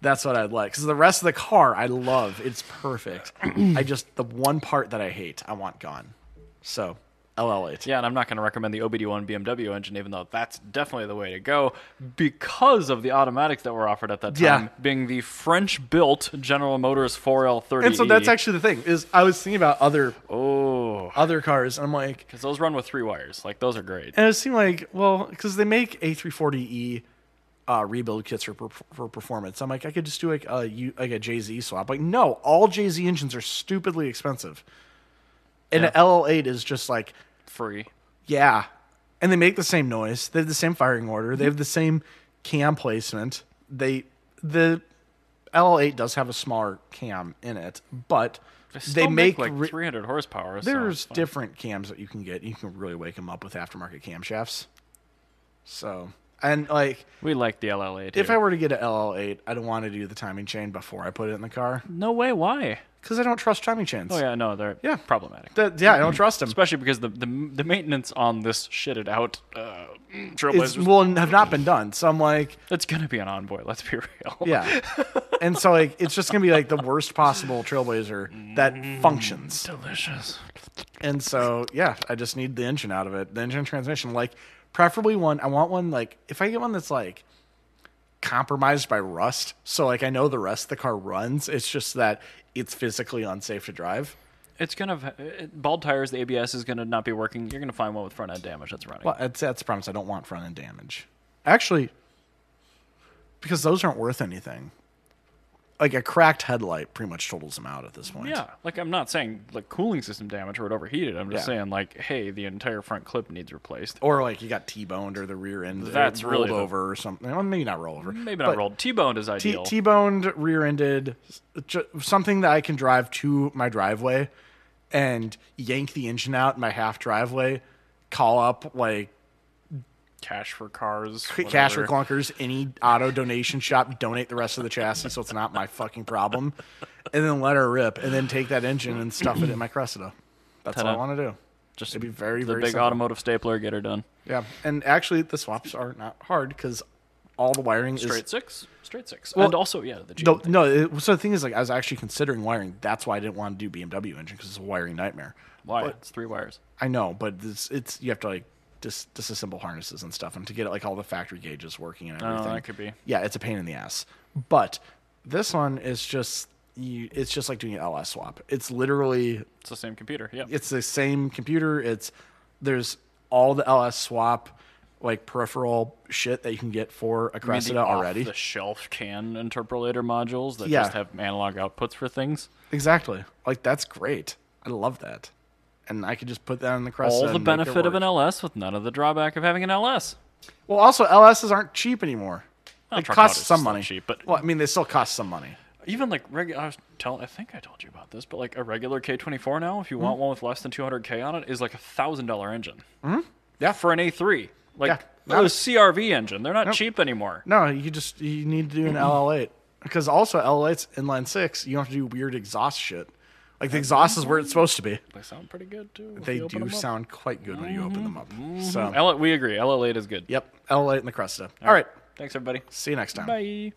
That's what I'd like. Because the rest of the car I love. It's perfect. I just, the one part that I hate, I want gone. So, LL8. Yeah, and I'm not going to recommend the OBD1 BMW engine, even though that's definitely the way to go because of the automatics that were offered at that Yeah. time, being the French built General Motors 4L30. And so that's actually the thing is I was thinking about other Oh. other cars and I'm like Because those run with three wires. Like, those are great. and it seemed like well because they make A340e uh, rebuild kits for, per- for performance. I'm like I could just do like a U, like a JZ swap. Like no, all JZ engines are stupidly expensive, and an LL8 is just like Free. yeah, and they make the same noise. They have the same firing order. They have the same cam placement. They the LL8 does have a smaller cam in it, but they, Still make, like re- 300 horsepower. so There's it's fine. different cams that you can get. You can really wake them up with aftermarket camshafts. So, and like, we like the LL8. if I were to get a LL8, I'd want to do the timing chain before I put it in the car no way. Why? because I don't trust timing chains. Oh yeah, no, they're Yeah. problematic. That- yeah, I don't trust them. Especially because the, the the maintenance on this shitted out uh, It's Trailblazers, well, and have not been done. So I'm like, that's gonna be an envoy. Let's be real. yeah. and so like, it's just gonna be like the worst possible Trailblazer Mm-hmm. that functions. delicious. And so, yeah, I just need the engine out of it, the engine and transmission. Like, preferably one. I want one like if I get one that's like compromised by rust, so like I know the rest of the car runs. It's just that it's physically unsafe to drive. It's gonna it, bald tires. The ABS is gonna not be working. You're gonna find one with front end damage that's running. Well, that's that's the promise. I don't want front end damage, actually, because those aren't worth anything. Like a cracked headlight pretty much totals them out at this point. Yeah, like I'm not saying like cooling system damage or it overheated. I'm just Yeah. saying like, hey, the entire front clip needs replaced. Or like you got T-boned or the rear end That's rolled really the- over or something. Well, maybe not roll over. Maybe not but- rolled. T-boned is ideal. T boned, rear ended, something that I can drive to my driveway and yank the engine out in my half driveway, call up like cash for cars. Cash for whatever. clunkers, any auto donation shop, donate the rest of the chassis so it's not my fucking problem. And then let her rip and then take that engine and stuff it in my Cressida. That's all I Ta-da. want to do. Just It'd be very, the very big simple. automotive stapler. Get her done. Yeah. And actually, the swaps are not hard because all the wiring Straight is. six. Straight six. Well, and also, yeah, the G. No, no. It, so the thing is, like, I was actually considering wiring. That's why I didn't want to do BMW engine because it's a wiring nightmare. Why? But- It's three wires. I know, but it's, it's you have to like dis- disassemble harnesses and stuff, and to get like all the factory gauges working and everything. Oh, that could be. Yeah, it's a pain in the ass. But this one is just you. It's just like doing an LS swap. It's literally It's the same computer. Yeah. it's the same computer. It's there's all the LS swap like peripheral shit that you can get for I a mean, the Cressida already. The shelf can interpolator modules that Yeah. just have analog outputs for things. exactly. Like that's great. I love that. And I could just put that in the Cressida. All the and make it benefit of an work. LS with none of the drawback of having an LS. Well, also LSs aren't cheap anymore. Well, It truck costs autos some is still money. cheap, but- well, I mean, they still cost some money. Even like regular, I was telling, I think I told you about this, but like a regular K24 now, if you Hmm. want one with less than 200K on it, is like a thousand dollar engine. Mm-hmm. Yeah. For an A3. Like Hmm? Yeah. that was CRV engine. They're not cheap anymore. No, you just you need to do an LL8 because also LL8's inline six. You don't have to do weird exhaust shit. Like the exhaust is where it's supposed to be. They sound pretty good too. if They you open do them up. Mm-hmm. sound quite good when you open them up. So, L- we agree. LL8 is good. yep, LL8 in the Cresta. All right, Thanks, everybody. see you next time. Bye.